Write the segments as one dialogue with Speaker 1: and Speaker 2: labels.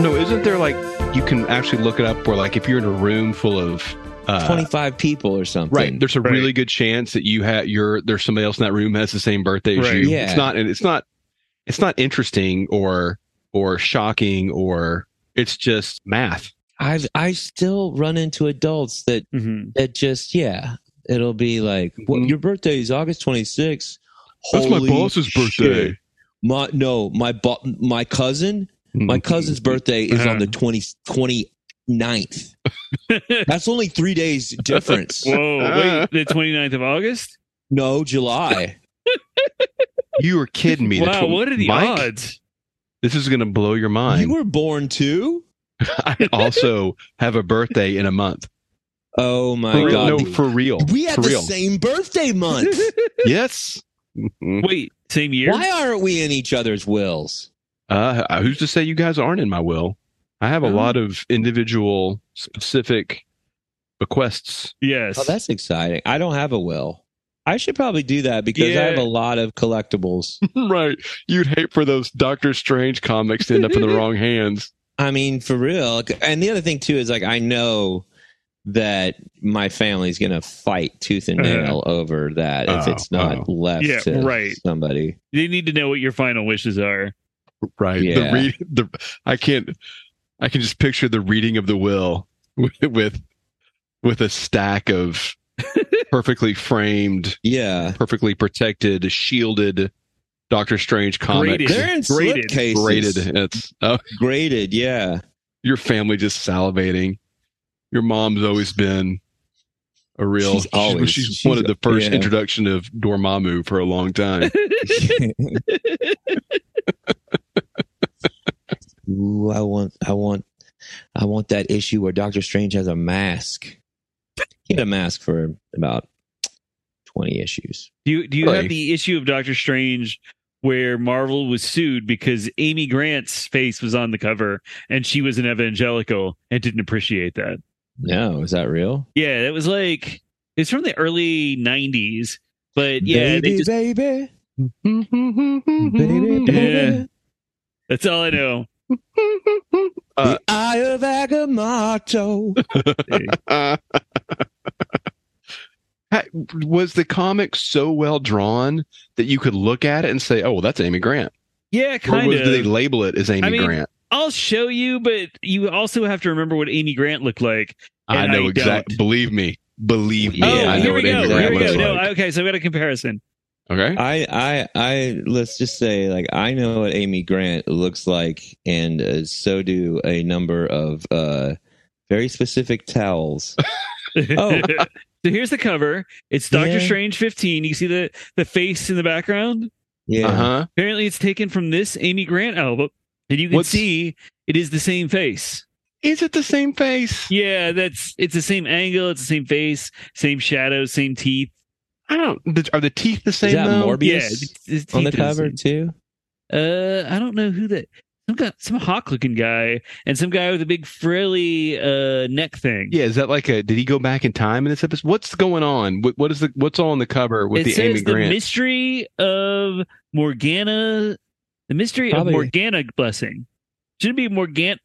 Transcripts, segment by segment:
Speaker 1: No, isn't there like you can actually look it up where like if you're in a room full of uh,
Speaker 2: 25 people or something.
Speaker 1: right, there's a
Speaker 3: Right.
Speaker 1: really good chance that you have your there's somebody else in that room has the same birthday as
Speaker 3: Right.
Speaker 1: you.
Speaker 2: Yeah.
Speaker 1: It's not and it's not it's not interesting or or shocking or it's just math.
Speaker 2: I've I still run into adults that
Speaker 3: Mm-hmm.
Speaker 2: that just yeah, it'll be like well,
Speaker 1: Mhm.
Speaker 2: your birthday is August 26th. Holy shit. My no, my bo- my cousin,
Speaker 1: Mm-hmm.
Speaker 2: my cousin's birthday is on the
Speaker 1: Uh-huh.
Speaker 2: 20 29th. That's only 3 days difference.
Speaker 3: Whoa, wait, the 29th of August?
Speaker 2: no, July.
Speaker 1: You are kidding me. The
Speaker 3: wow,
Speaker 1: tw-
Speaker 3: what are the
Speaker 1: Mike,
Speaker 3: odds?
Speaker 1: This is going to blow your mind.
Speaker 2: You were born too?
Speaker 1: I also have a birthday in a month.
Speaker 2: Oh my
Speaker 1: for real,
Speaker 2: god.
Speaker 1: no, for real.
Speaker 2: we had
Speaker 1: for
Speaker 2: the
Speaker 1: real.
Speaker 2: same birthday month.
Speaker 1: Yes. Mhm.
Speaker 3: Wait, same year?
Speaker 2: Why aren't we in each other's wills?
Speaker 1: Uh, who's to say you guys aren't in my will? I have a
Speaker 3: Oh.
Speaker 1: lot of individual specific bequests.
Speaker 3: Yes.
Speaker 2: Oh, that's exciting. I don't have a will. I should probably do that because I
Speaker 3: Yeah.
Speaker 2: have a lot of collectibles.
Speaker 1: right. You'd hate for those Doctor Strange comics to end up in the wrong hands.
Speaker 2: I mean, for real. And the other thing too is like I know that my family's going to fight tooth and
Speaker 3: Uh-huh.
Speaker 2: nail over that if
Speaker 1: Oh,
Speaker 2: it's not left
Speaker 3: Yeah,
Speaker 2: to
Speaker 3: right.
Speaker 2: somebody.
Speaker 3: they need to know what your final wishes are.
Speaker 1: Right.
Speaker 2: Yeah.
Speaker 1: The read the I can't I can just picture the reading of the will with with, with a stack of perfectly framed,
Speaker 2: Yeah.
Speaker 1: perfectly protected, shielded Doctor Strange comics.
Speaker 3: Graded.
Speaker 2: They're in
Speaker 3: Graded.
Speaker 2: slipcases.
Speaker 1: Graded. It's oh,
Speaker 2: Graded, yeah.
Speaker 1: your family just salivating. Your mom's always been a real.
Speaker 2: She's always-
Speaker 1: she's,
Speaker 2: she's
Speaker 1: wanted the first
Speaker 2: yeah.
Speaker 1: introduction of Dormammu for a long time.
Speaker 2: Ooh, I want, I want, I want that issue where Doctor Strange has a mask. He had a mask for about twenty issues.
Speaker 3: Do you, do you
Speaker 1: Really?
Speaker 3: have the issue of Doctor Strange where Marvel was sued because Amy Grant's face was on the cover and she was an evangelical and didn't appreciate that?
Speaker 2: No, is that real?
Speaker 3: Yeah, it was like it's from the early '90s, but yeah, they
Speaker 2: baby,
Speaker 3: just,
Speaker 2: baby, baby,
Speaker 3: Yeah.
Speaker 2: baby.
Speaker 3: that's all I know.
Speaker 1: Uh,
Speaker 2: the Eye of Agamotto.
Speaker 1: Uh, ha- was the comic so well drawn that you could look at it and say, "Oh, well, that's Amy Grant,"
Speaker 3: Yeah,
Speaker 1: or
Speaker 3: kind
Speaker 1: was, did they
Speaker 3: of.
Speaker 1: label it as Amy
Speaker 3: mean,
Speaker 1: Grant?
Speaker 3: I'll show you, but you also have to remember what Amy Grant looked like.
Speaker 1: I
Speaker 3: and
Speaker 1: know
Speaker 3: I
Speaker 1: exactly.
Speaker 3: don't.
Speaker 1: Believe me, believe me.
Speaker 2: Yeah,
Speaker 3: oh,
Speaker 1: I know
Speaker 3: here we
Speaker 1: what
Speaker 3: go.
Speaker 1: Amy
Speaker 3: Here
Speaker 1: Grant
Speaker 3: we go.
Speaker 1: looks
Speaker 3: No,
Speaker 1: like.
Speaker 3: okay, so we got a comparison.
Speaker 1: okay.
Speaker 2: I, I, I. Let's just say, like, I know what Amy Grant looks like, and uh, so do a number of uh, very specific towels. Oh.
Speaker 3: so here's the cover. It's
Speaker 2: Yeah.
Speaker 3: Doctor Strange 15. You see the the face in the background.
Speaker 2: Yeah.
Speaker 1: Uh huh.
Speaker 3: Apparently, it's taken from this Amy Grant album, and you can
Speaker 1: What's-
Speaker 3: see it is the same face.
Speaker 1: Is it the same face?
Speaker 3: Yeah, that's it's the same angle, it's the same face, same shadow, same teeth.
Speaker 1: I don't. Are the teeth the same?
Speaker 2: Is that
Speaker 1: though?
Speaker 2: Morbius
Speaker 3: yeah, his
Speaker 2: on the
Speaker 3: teeth are
Speaker 2: cover
Speaker 3: same.
Speaker 2: too?
Speaker 3: Uh, I don't know who that. Some guy, some hawk looking guy, and some guy with a big frilly uh neck thing.
Speaker 1: Yeah, is that like a? Did he go back in time in this episode? What's going on? What, what is the? What's on the cover with
Speaker 3: it
Speaker 1: the
Speaker 3: says
Speaker 1: Amy
Speaker 3: the
Speaker 1: Grant?
Speaker 3: mystery of Morgana, the mystery
Speaker 2: Probably.
Speaker 3: of Morgana blessing. Should it be Morgan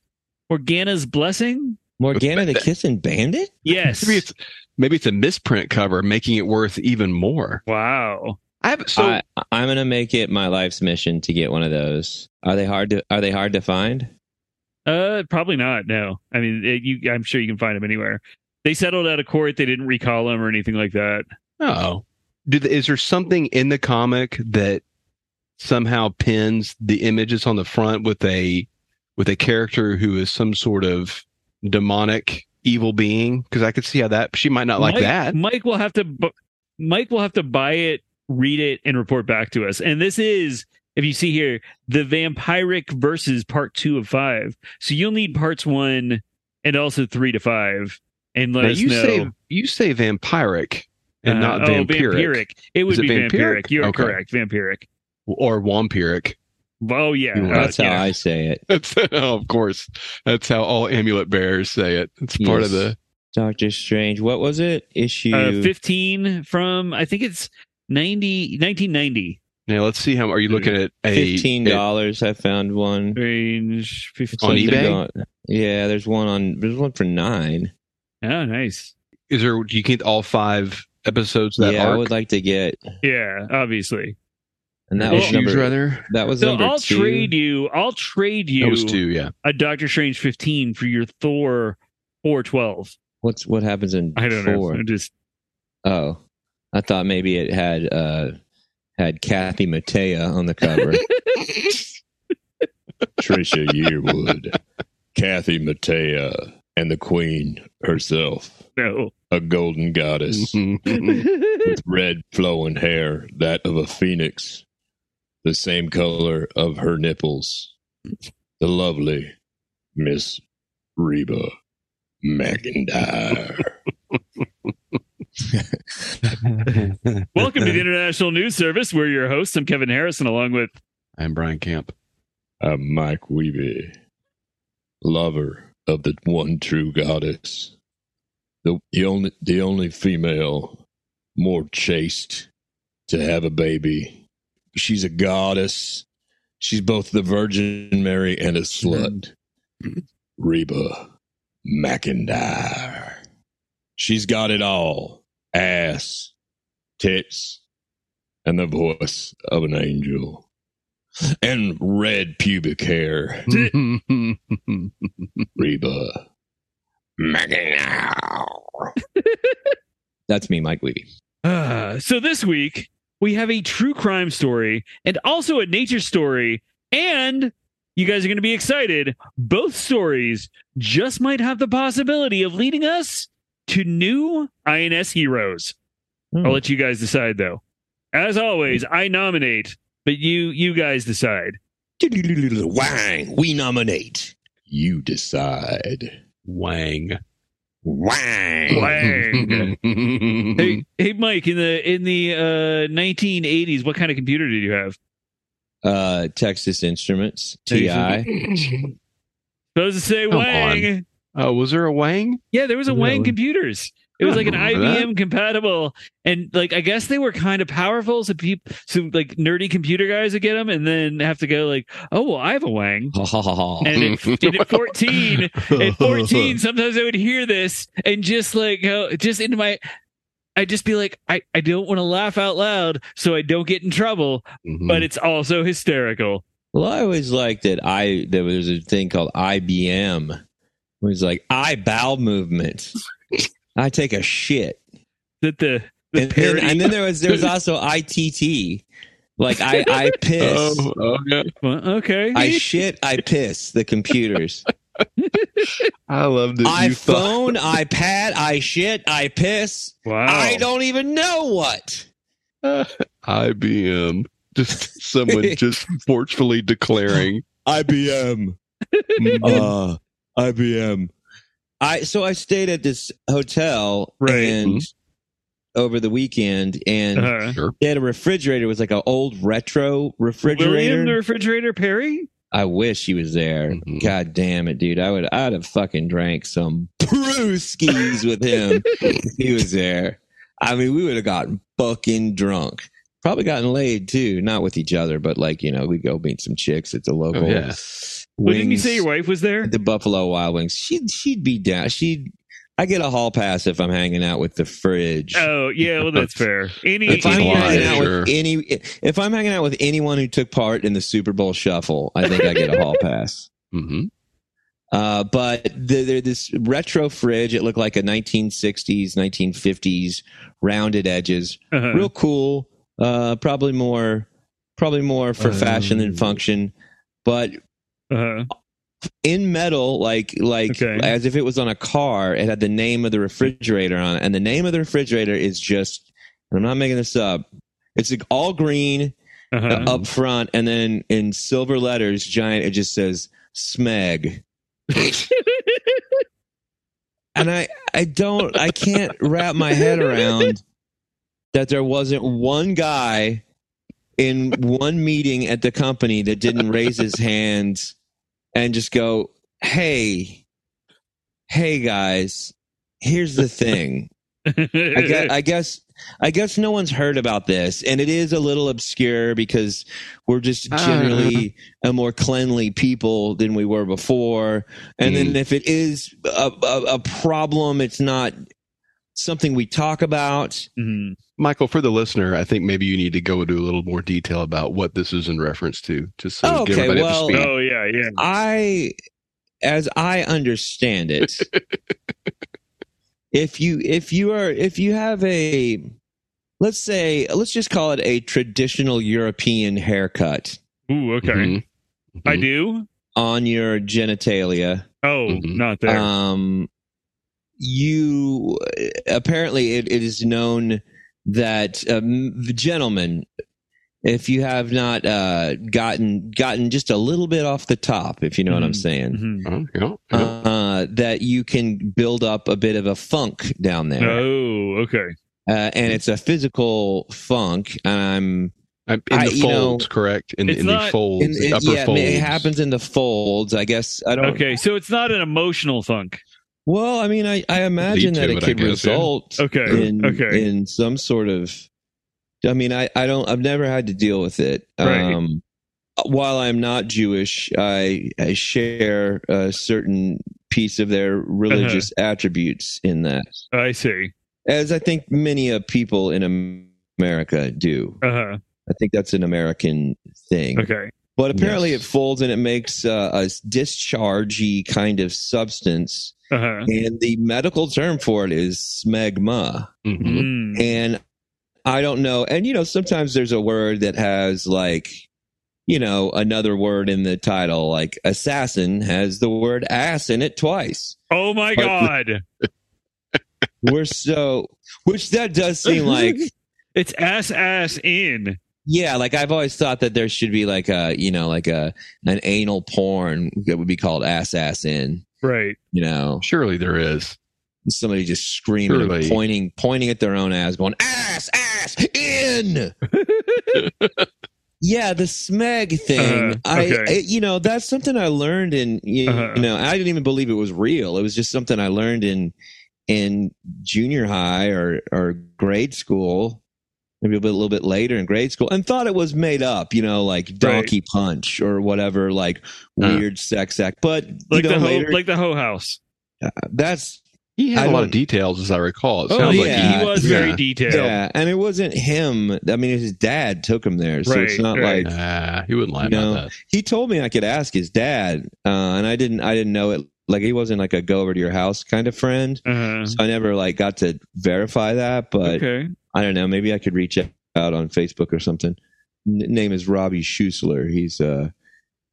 Speaker 3: Morgana's blessing?
Speaker 2: Morgana the Kissing Bandit?
Speaker 3: Yes.
Speaker 1: maybe it's maybe it's a misprint cover, making it worth even more.
Speaker 3: wow.
Speaker 1: I have so
Speaker 2: I, I'm gonna make it my life's mission to get one of those. Are they hard to Are they hard to find?
Speaker 3: Uh, probably not. No, I mean, it, you. I'm sure you can find them anywhere. They settled out of court. They didn't recall them or anything like that.
Speaker 1: oh, do the, is there something in the comic that somehow pins the images on the front with a with a character who is some sort of demonic evil being? Because I could see how that she might not like
Speaker 3: Mike,
Speaker 1: that.
Speaker 3: Mike will have to. bu- Mike will have to buy it, read it, and report back to us. And this is if you see here, the vampiric versus part two of five. So you'll need parts one and also three to five. And let
Speaker 1: Now,
Speaker 3: us
Speaker 1: you
Speaker 3: know.
Speaker 1: say you say vampiric and
Speaker 3: Uh,
Speaker 1: not
Speaker 3: oh,
Speaker 1: vampiric,
Speaker 3: It would
Speaker 1: Is it
Speaker 3: be vampiric.
Speaker 1: vampiric?
Speaker 3: You're
Speaker 1: Okay.
Speaker 3: correct. Vampiric.
Speaker 1: or wampiric.
Speaker 3: Oh yeah.
Speaker 1: You are.
Speaker 3: Uh,
Speaker 2: That's how
Speaker 3: yeah.
Speaker 2: I say it.
Speaker 1: That's oh, of course. That's how all amulet bearers say it. It's part
Speaker 2: Yes.
Speaker 1: of the
Speaker 2: Doctor Strange. What was it? Issue
Speaker 3: uh, 15 from I think it's 90 1990
Speaker 1: Now let's see how are you looking at a
Speaker 2: Mm-hmm. fifteen
Speaker 1: a-
Speaker 2: dollars. I found one
Speaker 3: range 15
Speaker 1: On
Speaker 2: Something
Speaker 1: eBay?
Speaker 2: going- Yeah, there's one on. There's one for nine.
Speaker 3: oh nice
Speaker 1: Is there do you get all five episodes of that
Speaker 2: yeah, I
Speaker 1: arc?
Speaker 2: would like to get.
Speaker 3: yeah obviously
Speaker 2: And that was
Speaker 1: issues
Speaker 2: number.
Speaker 1: rather?
Speaker 2: That was
Speaker 3: so
Speaker 2: number
Speaker 3: I'll
Speaker 2: two.
Speaker 3: trade you I'll trade
Speaker 1: That
Speaker 3: you
Speaker 1: was two, yeah.
Speaker 3: a Doctor Strange 15 for your Thor 412
Speaker 2: What's what happens in
Speaker 3: I don't
Speaker 2: four?
Speaker 3: know I'm just
Speaker 2: Oh, I thought maybe it had uh had Kathy Mattea on the cover. Trisha Yearwood, Kathy Mattea, and the Queen herself,
Speaker 3: no
Speaker 2: a golden goddess
Speaker 1: Mhm.
Speaker 3: oh
Speaker 2: with red flowing hair, that of a phoenix, the same color of her nipples, the lovely Miss Reba McIntyre.
Speaker 3: welcome to the International News Service we're your hosts I'm Kevin Harrison along with
Speaker 1: I'm Brian Camp.
Speaker 2: I'm Mike Weeby, lover of the one true goddess, the, the only the only female more chaste to have a baby. She's a goddess. She's both the Virgin Mary and a slut. Reba McIntyre. She's got it all: ass, tits, and the voice of an angel, and red pubic hair. Reba McIntyre. That's me, Mike Weeby.
Speaker 3: Uh, so this week we have a true crime story and also a nature story, and you guys are going to be excited. Both stories just might have the possibility of leading us to new INS heroes.
Speaker 2: Hmm.
Speaker 3: I'll let you guys decide, though. As always, I nominate, but you you guys decide.
Speaker 2: Wang, we nominate. You decide.
Speaker 1: Wang.
Speaker 2: Wang.
Speaker 3: Wang.
Speaker 1: hey,
Speaker 3: Hey, hey, Mike. In the in the uh, 1980s, what kind of computer did you have?
Speaker 2: Uh, Texas Instruments,
Speaker 3: Texas-
Speaker 2: TI.
Speaker 3: Supposed to say
Speaker 1: Come
Speaker 3: Wang.
Speaker 1: oh, was there a Wang?
Speaker 3: Yeah, there was a Wang
Speaker 1: Really?
Speaker 3: computers. It was
Speaker 1: I
Speaker 3: like an
Speaker 1: remember that.
Speaker 3: IBM compatible, and like I guess they were kind of powerful, so people, so like nerdy computer guys would get them, and then have to go like, oh, well, I have a Wang.
Speaker 2: Ha ha ha ha.
Speaker 3: And at, and at fourteen, at fourteen, sometimes I would hear this and just like go just into my, I'd just be like, I I don't want to laugh out loud so I don't get in trouble,
Speaker 2: Hmm.
Speaker 3: but it's also hysterical.
Speaker 2: Well, I always liked that I there was a thing called IBM. It was like eye bowel movements. I take a shit.
Speaker 3: That the the
Speaker 2: And then,
Speaker 3: parody.
Speaker 2: and then there was there was also ITT. Like I I piss.
Speaker 1: oh, oh, yeah.
Speaker 3: Well, okay,
Speaker 2: I shit, I piss the computers.
Speaker 1: I love this. you thought-
Speaker 2: iPhone, iPad, I shit, I piss.
Speaker 3: wow.
Speaker 2: I don't even know what.
Speaker 1: IBM. Just someone just forcefully declaring.
Speaker 2: IBM. uh, IBM. I so I stayed at this hotel
Speaker 3: Right.
Speaker 2: and over the weekend and
Speaker 3: Uh,
Speaker 2: they had a refrigerator. It was like an old retro
Speaker 3: William the
Speaker 2: refrigerator.
Speaker 3: refrigerator Perry.
Speaker 2: I wish he was there.
Speaker 1: Mhm.
Speaker 2: God damn it, dude. I would I'd have fucking drank some brewskis with him if he was there. I mean, we would have gotten fucking drunk. Probably gotten laid too, not with each other, but like, you know, we go meet some chicks at the local
Speaker 1: Oh, yeah.
Speaker 3: Well, didn't you say
Speaker 2: wings.
Speaker 3: your wife was there?
Speaker 2: the Buffalo Wild Wings. She'd she'd be down. She'd I get a hall pass if I'm hanging out with the fridge.
Speaker 3: Oh yeah, well that's fair. Any,
Speaker 2: if I'm
Speaker 3: any-
Speaker 1: Implied,
Speaker 2: hanging out
Speaker 1: sure.
Speaker 2: with any if I'm hanging out with anyone who took part in the Super Bowl shuffle, I think I get a hall pass.
Speaker 1: Mhm.
Speaker 2: Uh, but the, they're this retro fridge. It looked like a 1960s, 1950s rounded edges.
Speaker 3: Uh-huh.
Speaker 2: Real cool. Uh, probably more, probably more for fashion than
Speaker 1: Oh.
Speaker 2: function. But
Speaker 3: Uh-huh.
Speaker 2: in metal, like like
Speaker 3: Okay.
Speaker 2: as if it was on a car. It had the name of the refrigerator on it, and the name of the refrigerator is just. And I'm not making this up. It's like all green.
Speaker 3: Uh-huh.
Speaker 2: uh, up front, and then in silver letters, giant, it just says "Smeg." and I, I don't, I can't wrap my head around that there wasn't one guy in one meeting at the company that didn't raise his hand and just go, "Hey, hey, guys, here's the thing." I guess, I guess I guess no one's heard about this, and it is a little obscure because we're just
Speaker 1: Ah.
Speaker 2: generally a more cleanly people than we were before. And then if it is a, a, a problem, it's not something we talk about.
Speaker 3: Mhm.
Speaker 1: Michael, for the listener, I think maybe you need to go into a little more detail about what this is in reference to, just so
Speaker 2: Okay,
Speaker 1: get everybody
Speaker 2: well-
Speaker 1: up to speed.
Speaker 3: Oh yeah, yeah.
Speaker 2: I, as I understand it, if you if you are if you have a let's say let's just call it a traditional European haircut
Speaker 3: Ooh, Oh, okay.
Speaker 2: Mm-hmm.
Speaker 1: Mhm.
Speaker 3: I do.
Speaker 2: on your genitalia.
Speaker 3: Oh,
Speaker 2: Mm-hmm.
Speaker 1: Mhm.
Speaker 3: not there.
Speaker 2: Um, you apparently it, it is known that um, gentlemen, if you have not uh, gotten gotten just a little bit off the top, if you know what I'm
Speaker 3: Mhm.
Speaker 2: saying,
Speaker 3: Mhm.
Speaker 1: Oh, yeah, yeah.
Speaker 2: uh, that you can build up a bit of a funk down there,
Speaker 3: Oh, okay.
Speaker 2: uh, and it's a physical funk. And I'm
Speaker 1: I'm in
Speaker 2: I-
Speaker 1: the
Speaker 2: you know,
Speaker 1: folds, correct? In,
Speaker 3: it's
Speaker 1: in the
Speaker 3: not-
Speaker 1: folds,
Speaker 2: in-
Speaker 1: the
Speaker 2: it-
Speaker 1: upper
Speaker 2: yeah, I mean,
Speaker 1: folds.
Speaker 2: it happens in the folds. I guess I don't.
Speaker 3: Okay, so it's not an emotional funk.
Speaker 2: Well, I mean, I, I imagine
Speaker 1: Lead to
Speaker 2: that it
Speaker 1: it, I
Speaker 2: could
Speaker 1: guess, yeah.
Speaker 2: result
Speaker 3: Okay,
Speaker 2: in
Speaker 3: okay.
Speaker 2: in some sort of. I mean, I I don't. I've never had to deal with it.
Speaker 3: Right.
Speaker 2: Um, while I'm not Jewish, I, I share a certain piece of their religious
Speaker 3: Uh-huh.
Speaker 2: attributes in that,
Speaker 3: I see.
Speaker 2: as I think many of people in Am- America do.
Speaker 3: Uh huh.
Speaker 2: I think that's an American thing.
Speaker 3: Okay.
Speaker 2: But apparently,
Speaker 1: Yes.
Speaker 2: it folds and it makes uh, a dischargey kind of substance
Speaker 3: Uh huh.
Speaker 2: and the medical term for it is smegma
Speaker 1: Mhm.
Speaker 3: Mm.
Speaker 2: and i don't know and you know sometimes there's a word that has like you know another word in the title like assassin has the word ass in it twice
Speaker 3: Oh my god!
Speaker 2: we're so which that does seem like
Speaker 3: It's ass ass in.
Speaker 2: yeah like i've always thought that there should be like a you know like a an anal porn that would be called ass ass in
Speaker 3: Right.
Speaker 2: you know
Speaker 1: Surely there is.
Speaker 2: somebody just screaming and
Speaker 1: Surely.
Speaker 2: pointing pointing at their own ass going ass ass in yeah the smeg thing
Speaker 3: Uh-huh,
Speaker 2: i
Speaker 3: okay.
Speaker 2: it- you know that's something i learned in you
Speaker 3: Uh-huh.
Speaker 2: know i didn't even believe it was real it was just something i learned in in junior high or or grade school maybe a, bit, a little bit later in grade school and thought it was made up you know like donkey punch or whatever like
Speaker 1: Uh.
Speaker 2: weird sex act but
Speaker 3: Uh-huh. Like
Speaker 2: you know,
Speaker 3: the
Speaker 2: later,
Speaker 3: ho- like the hoe house.
Speaker 2: that's
Speaker 1: He had
Speaker 2: I
Speaker 1: a lot
Speaker 2: don't-
Speaker 1: of details, as I recall. It
Speaker 2: Oh,
Speaker 1: sounds
Speaker 3: he,
Speaker 1: like
Speaker 2: yeah.
Speaker 3: he was very
Speaker 1: Yeah.
Speaker 3: detailed.
Speaker 2: Yeah, and it wasn't him. I mean, his dad took him there, so it's
Speaker 3: Right,
Speaker 2: not
Speaker 3: right.
Speaker 2: like
Speaker 1: Nah, he wouldn't lie
Speaker 2: No.
Speaker 1: about
Speaker 2: he told me I could ask his dad, uh, and I didn't. I didn't know it. Like he wasn't like a go over to your house kind of friend,
Speaker 3: Uh-huh.
Speaker 2: so I never like got to verify that. But
Speaker 3: Okay.
Speaker 2: I don't know. Maybe I could reach out on Facebook or something. N- name is Robbie Schusler. He's uh,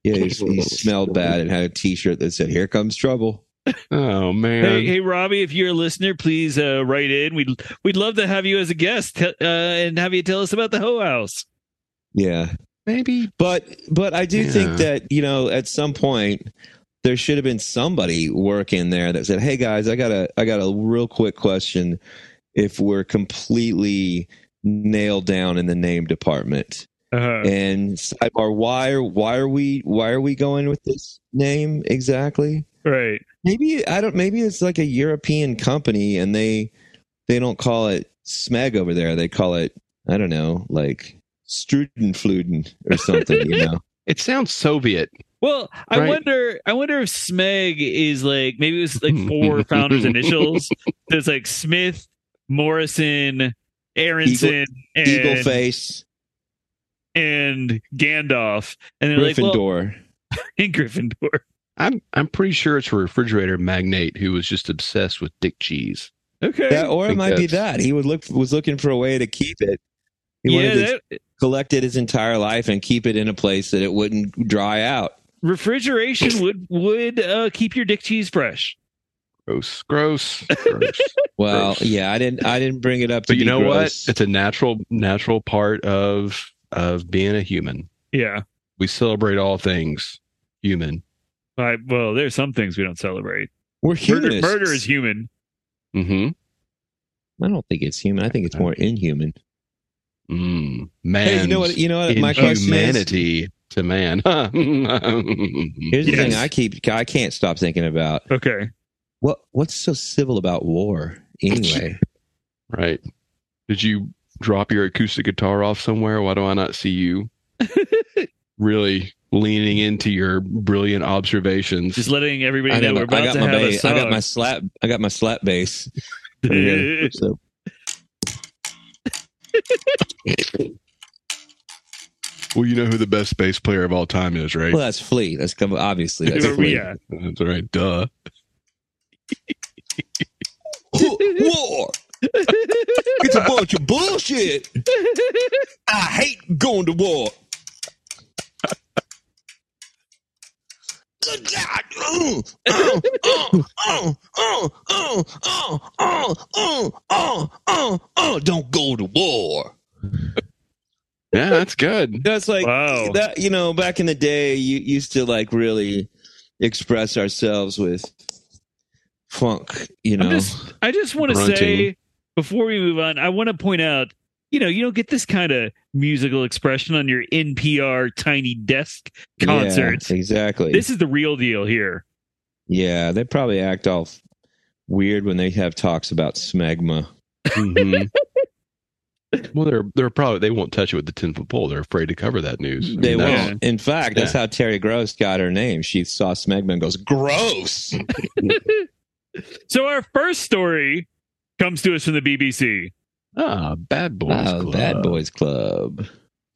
Speaker 2: yeah, he's, he smelled bad and had a T-shirt that said "Here comes trouble."
Speaker 1: that. Oh man,
Speaker 3: Hey, hey, Robbie, if you're a listener, please uh, write in. We'd we'd love to have you as a guest te- uh, and have you tell us about the hoe house.
Speaker 2: Yeah,
Speaker 1: maybe.
Speaker 2: But but I do
Speaker 1: Yeah.
Speaker 2: think that you know at some point there should have been somebody working there that said, "Hey guys, I got a I got a real quick question. If we're completely nailed down in the name department,
Speaker 3: Uh-huh.
Speaker 2: and sidebar, why are why are we why are we going with this name exactly?
Speaker 3: Right.
Speaker 2: Maybe I don't. Maybe it's like a European company, and they they don't call it Smeg over there. They call it I don't know, like Strudenfluden or something. you know."
Speaker 1: It sounds Soviet.
Speaker 3: Well, I
Speaker 1: Right.
Speaker 3: wonder. I wonder if Smeg is like maybe it was like four founders' initials. There's like Smith, Morrison, Aronson, and,
Speaker 2: Eagle Face,
Speaker 3: and Gandalf, and they're like well,
Speaker 2: Gryffindor.
Speaker 3: and Gryffindor.
Speaker 1: I'm I'm pretty sure it's a refrigerator magnate who was just obsessed with dick cheese.
Speaker 3: Okay.
Speaker 2: that, or it
Speaker 1: think
Speaker 2: might be
Speaker 1: that's-
Speaker 2: that he would look was looking for a way to keep it. He
Speaker 3: yeah,
Speaker 2: wanted to
Speaker 3: that,
Speaker 2: collect it his entire life and keep it in a place that it wouldn't dry out.
Speaker 3: refrigeration would would uh, keep your dick cheese fresh.
Speaker 1: Gross, gross, gross.
Speaker 2: Well,
Speaker 1: Gross.
Speaker 2: yeah, I didn't I didn't bring it up. To
Speaker 1: but you
Speaker 2: be
Speaker 1: know
Speaker 2: gross.
Speaker 1: what? It's a natural natural part of of being a human.
Speaker 3: Yeah.
Speaker 1: We celebrate all things human.
Speaker 3: I, well, there's some things we don't celebrate.
Speaker 2: We're
Speaker 3: Murder,
Speaker 2: humanists.
Speaker 3: murder is human.
Speaker 1: Mm-hmm.
Speaker 2: I don't think it's human. I think it's more inhuman.
Speaker 1: Mm. Man.
Speaker 2: Hey, you know what? You know what? My question is.
Speaker 1: humanity to man.
Speaker 2: Here's the
Speaker 3: Yes.
Speaker 2: thing I keep. I can't stop thinking about
Speaker 3: Okay.
Speaker 2: what. What's so civil about war anyway?
Speaker 1: right. Did you drop your acoustic guitar off somewhere? Why do I not see you? really leaning into your brilliant observations.
Speaker 3: Just letting everybody
Speaker 2: I
Speaker 3: know
Speaker 2: got my,
Speaker 3: we're
Speaker 2: I
Speaker 3: about
Speaker 2: got
Speaker 3: to
Speaker 2: my
Speaker 3: have a
Speaker 2: bass.
Speaker 3: song.
Speaker 2: I got my slap. I got my slap bass. So
Speaker 1: well, you know who the best bass player of all time is, right?
Speaker 2: well, that's Flea. That's come obviously. That's Flea.
Speaker 3: yeah.
Speaker 1: That's right. Duh.
Speaker 2: War. It's a bunch of bullshit. I hate going to war. Good God. Oh, oh, oh, oh, oh, oh, oh, oh, oh, oh, oh, oh. Don't go to war.
Speaker 1: Yeah, that's good.
Speaker 2: That's like
Speaker 3: Wow.
Speaker 2: that. You know, back in the day, you used to like really express ourselves with funk. You
Speaker 3: I'm
Speaker 2: know,
Speaker 3: just, I just want to
Speaker 1: Grunting.
Speaker 3: say before we move on, I want to point out, you know, you don't get this kind of musical expression on your NPR tiny desk
Speaker 2: Yeah,
Speaker 3: concerts.
Speaker 2: exactly.
Speaker 3: This is the real deal here.
Speaker 2: Yeah, they probably act all f- weird when they have talks about smegma.
Speaker 1: Mm-hmm. well, they're they're probably they won't touch it with the ten foot pole. They're afraid to cover that news.
Speaker 2: They
Speaker 1: that's-
Speaker 3: that's-
Speaker 2: won't. In fact, that's how Terry Gross got her name. She saw smegma and goes, "Gross."
Speaker 3: So our first story comes to us from the BBC.
Speaker 1: Ah, bad boys.
Speaker 2: Oh,
Speaker 1: Club.
Speaker 2: Bad Boys Club.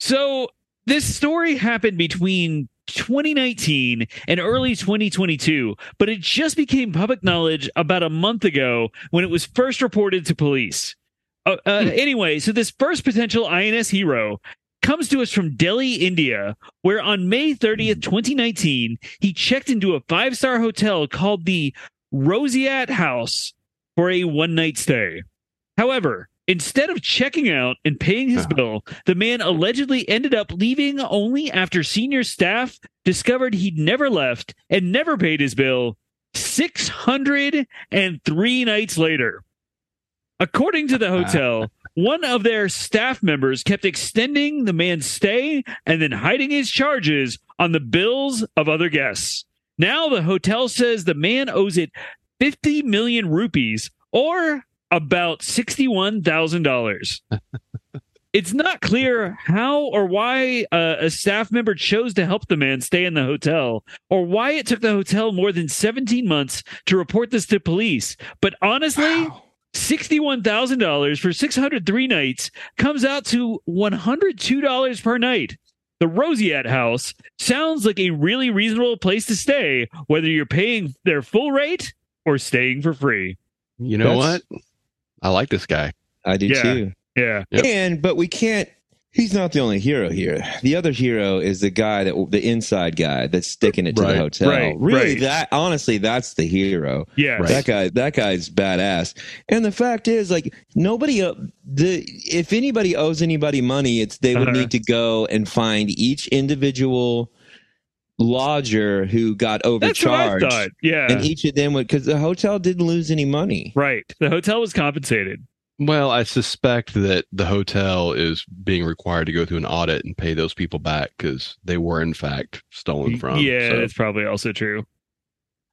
Speaker 3: So this story happened between 2019 and early 2022, but it just became public knowledge about a month ago when it was first reported to police. Uh, uh, anyway, so this first potential INS hero comes to us from Delhi, India, where on May 30th, 2019, he checked into a five star hotel called the Roseate House for a one night stay. However, instead of checking out and paying his
Speaker 1: Uh-huh.
Speaker 3: bill, the man allegedly ended up leaving only after senior staff discovered he'd never left and never paid his bill 603 nights later. According to the hotel, one of their staff members kept extending the man's stay and then hiding his charges on the bills of other guests. Now the hotel says the man owes it 50 million rupees or about $61,000. It's not clear how or why uh, a staff member chose to help the man stay in the hotel or why it took the hotel more than 17 months to report this to police. But honestly, $61,000 for 603 nights comes out to $102 per night. The Roseate House sounds like a really reasonable place to stay, whether you're paying their full rate or staying for free.
Speaker 1: You know
Speaker 2: That's-
Speaker 1: what? I like this guy.
Speaker 2: I do
Speaker 3: Yeah.
Speaker 2: too.
Speaker 3: Yeah.
Speaker 1: Yep.
Speaker 2: And but we can't. He's not the only hero here. The other hero is the guy that the inside guy that's sticking it to
Speaker 1: Right,
Speaker 2: the hotel.
Speaker 3: right,
Speaker 2: really,
Speaker 3: right.
Speaker 2: that honestly, that's the hero.
Speaker 3: Yeah.
Speaker 1: Right.
Speaker 2: That guy, that guy's badass. And the fact is, like nobody, uh, the if anybody owes anybody money, it's they would
Speaker 3: Uh-huh.
Speaker 2: need to go and find each individual lodger who got
Speaker 3: That's what I
Speaker 2: overcharged,
Speaker 3: thought. Yeah.
Speaker 2: and each of them would because the hotel didn't lose any money.
Speaker 3: right. The hotel was compensated.
Speaker 1: Well, I suspect that the hotel is being required to go through an audit and pay those people back because they were in fact stolen from.
Speaker 3: yeah,
Speaker 1: So
Speaker 3: that's probably also true.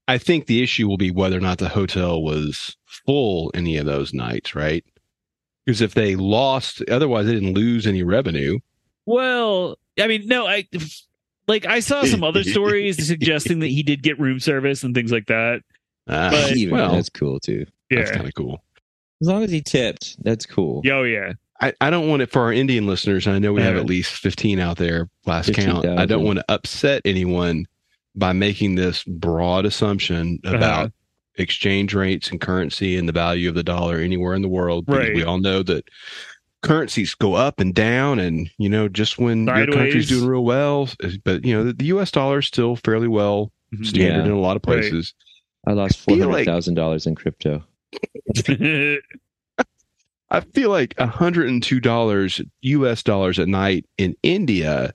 Speaker 1: I think the issue will be whether or not the hotel was full any of those nights, right? Because if they lost, otherwise they didn't lose any revenue.
Speaker 3: Well, I mean, no, I like I saw some other stories suggesting that he did get room service and things like that.
Speaker 1: Ah,
Speaker 3: But-
Speaker 2: Even
Speaker 1: well,
Speaker 2: that's cool too.
Speaker 3: Yeah.
Speaker 1: that's kind of cool.
Speaker 2: As long as he tipped, that's cool.
Speaker 3: Yo, yeah.
Speaker 1: I, I don't want it for our Indian listeners. and I know we have
Speaker 3: Uh-huh.
Speaker 1: at least 15 out there last count.
Speaker 2: 15,000.
Speaker 1: I don't want to upset anyone by making this broad assumption about
Speaker 3: Uh-huh.
Speaker 1: exchange rates and currency and the value of the dollar anywhere in the world. because
Speaker 3: Right.
Speaker 1: We all know that currencies go up and down. And, you know, just when your country's
Speaker 3: Sideways.
Speaker 1: doing real well, but, you know, the, the US dollar is still fairly well
Speaker 3: Mhm.
Speaker 1: standard
Speaker 2: Yeah.
Speaker 1: in a lot of
Speaker 3: Right.
Speaker 1: places.
Speaker 2: I lost
Speaker 1: I
Speaker 2: four
Speaker 1: feel like-
Speaker 2: hundred thousand dollars in crypto.
Speaker 1: I feel like $102 US dollars a night in India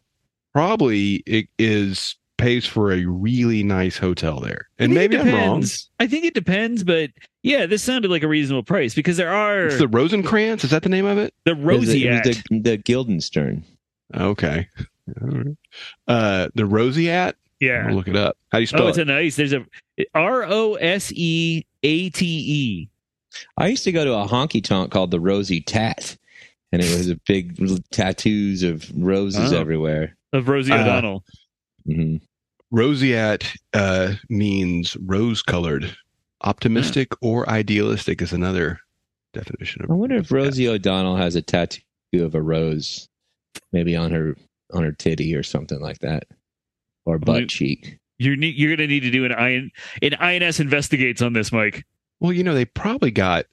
Speaker 1: probably it is pays for a really nice hotel there. And
Speaker 3: I think
Speaker 1: maybe
Speaker 3: it
Speaker 1: I'm wrong.
Speaker 3: depends. I think it depends, but yeah, this sounded like a reasonable price because there are
Speaker 1: It's the
Speaker 3: the,
Speaker 1: Rosencrantz. Is that the name of it?
Speaker 3: Rosie
Speaker 2: it was
Speaker 3: Act.
Speaker 2: the, the Guildenstern.
Speaker 1: Okay. All right. Uh, the Roseat.
Speaker 3: yeah.
Speaker 1: I'll look it up. How do you spell
Speaker 3: Oh, it's
Speaker 1: it?
Speaker 3: a nice. There's a R O S E A T E.
Speaker 2: I used to go to a honky tonk called the Rosie Tat, and it was a big tattoos of roses
Speaker 1: Oh.
Speaker 2: everywhere.
Speaker 3: Of Rosie
Speaker 1: Uh,
Speaker 3: O'Donnell.
Speaker 2: hmm
Speaker 1: Roseat uh, means rose-colored. Optimistic or idealistic is another definition of.
Speaker 2: I wonder if
Speaker 1: Roseat.
Speaker 2: Rosie O'Donnell has a tattoo of a rose, maybe on her on her titty or something like that, or butt
Speaker 3: Well,
Speaker 2: cheek.
Speaker 3: You're ne- you're gonna need to do an IN an INS investigates on this, Mike.
Speaker 1: Well, you know, they probably got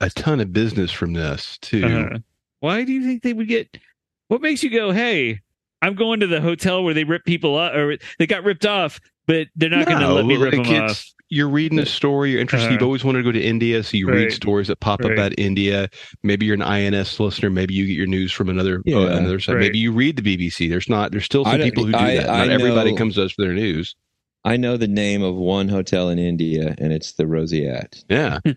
Speaker 1: a ton of business from this too.
Speaker 3: Uh-huh. Why do you think they would get? What makes you go, hey, I'm going to the hotel where they rip people up, or they got ripped off, but they're not going to let me rip
Speaker 1: like,
Speaker 3: them
Speaker 1: it's-
Speaker 3: off.
Speaker 1: You're reading a story. You're interested. You've
Speaker 3: Uh-huh.
Speaker 1: always wanted to go to India, so you
Speaker 3: Right.
Speaker 1: read stories that pop up
Speaker 3: Right.
Speaker 1: about India. Maybe you're an INS listener. Maybe you get your news from another
Speaker 2: Yeah.
Speaker 1: uh, another side.
Speaker 3: Right.
Speaker 1: Maybe you read the BBC. There's not. There's still
Speaker 2: I
Speaker 1: some
Speaker 2: don't-
Speaker 1: people who do
Speaker 2: I-
Speaker 1: that.
Speaker 2: I
Speaker 1: Not everybody
Speaker 2: know-
Speaker 1: comes to us for their news.
Speaker 2: I know the name of one hotel in India, and it's the Roseat.
Speaker 1: Yeah.
Speaker 3: Hmm.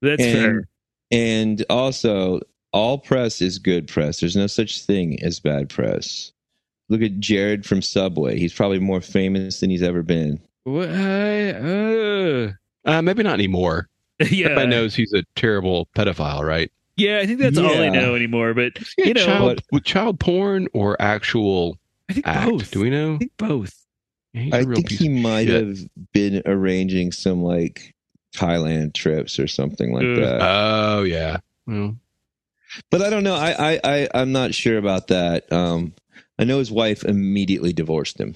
Speaker 3: That's
Speaker 2: and,
Speaker 3: fair.
Speaker 2: And also, all press is good press. There's no such thing as bad press. Look at Jared from Subway. He's probably more famous than he's ever been.
Speaker 3: What, uh,
Speaker 1: Uh, maybe not anymore.
Speaker 3: yeah,
Speaker 1: Everybody knows he's a terrible pedophile, right?
Speaker 3: yeah. I think that's all I
Speaker 2: Yeah.
Speaker 3: know anymore. But
Speaker 1: Yeah,
Speaker 3: You know-
Speaker 1: child, with child porn or actual
Speaker 3: I think
Speaker 1: act?
Speaker 3: both.
Speaker 1: Do we know?
Speaker 3: I think both.
Speaker 1: Yeah, he's a
Speaker 2: I
Speaker 1: real
Speaker 2: think
Speaker 1: piece
Speaker 2: he
Speaker 1: of
Speaker 2: might
Speaker 1: shit.
Speaker 2: have been arranging some like Thailand trips or something like
Speaker 3: Ugh.
Speaker 2: that.
Speaker 1: Oh yeah. Well,
Speaker 2: But I don't know. I, I, I I'm not sure about that. Um, I know his wife immediately divorced him.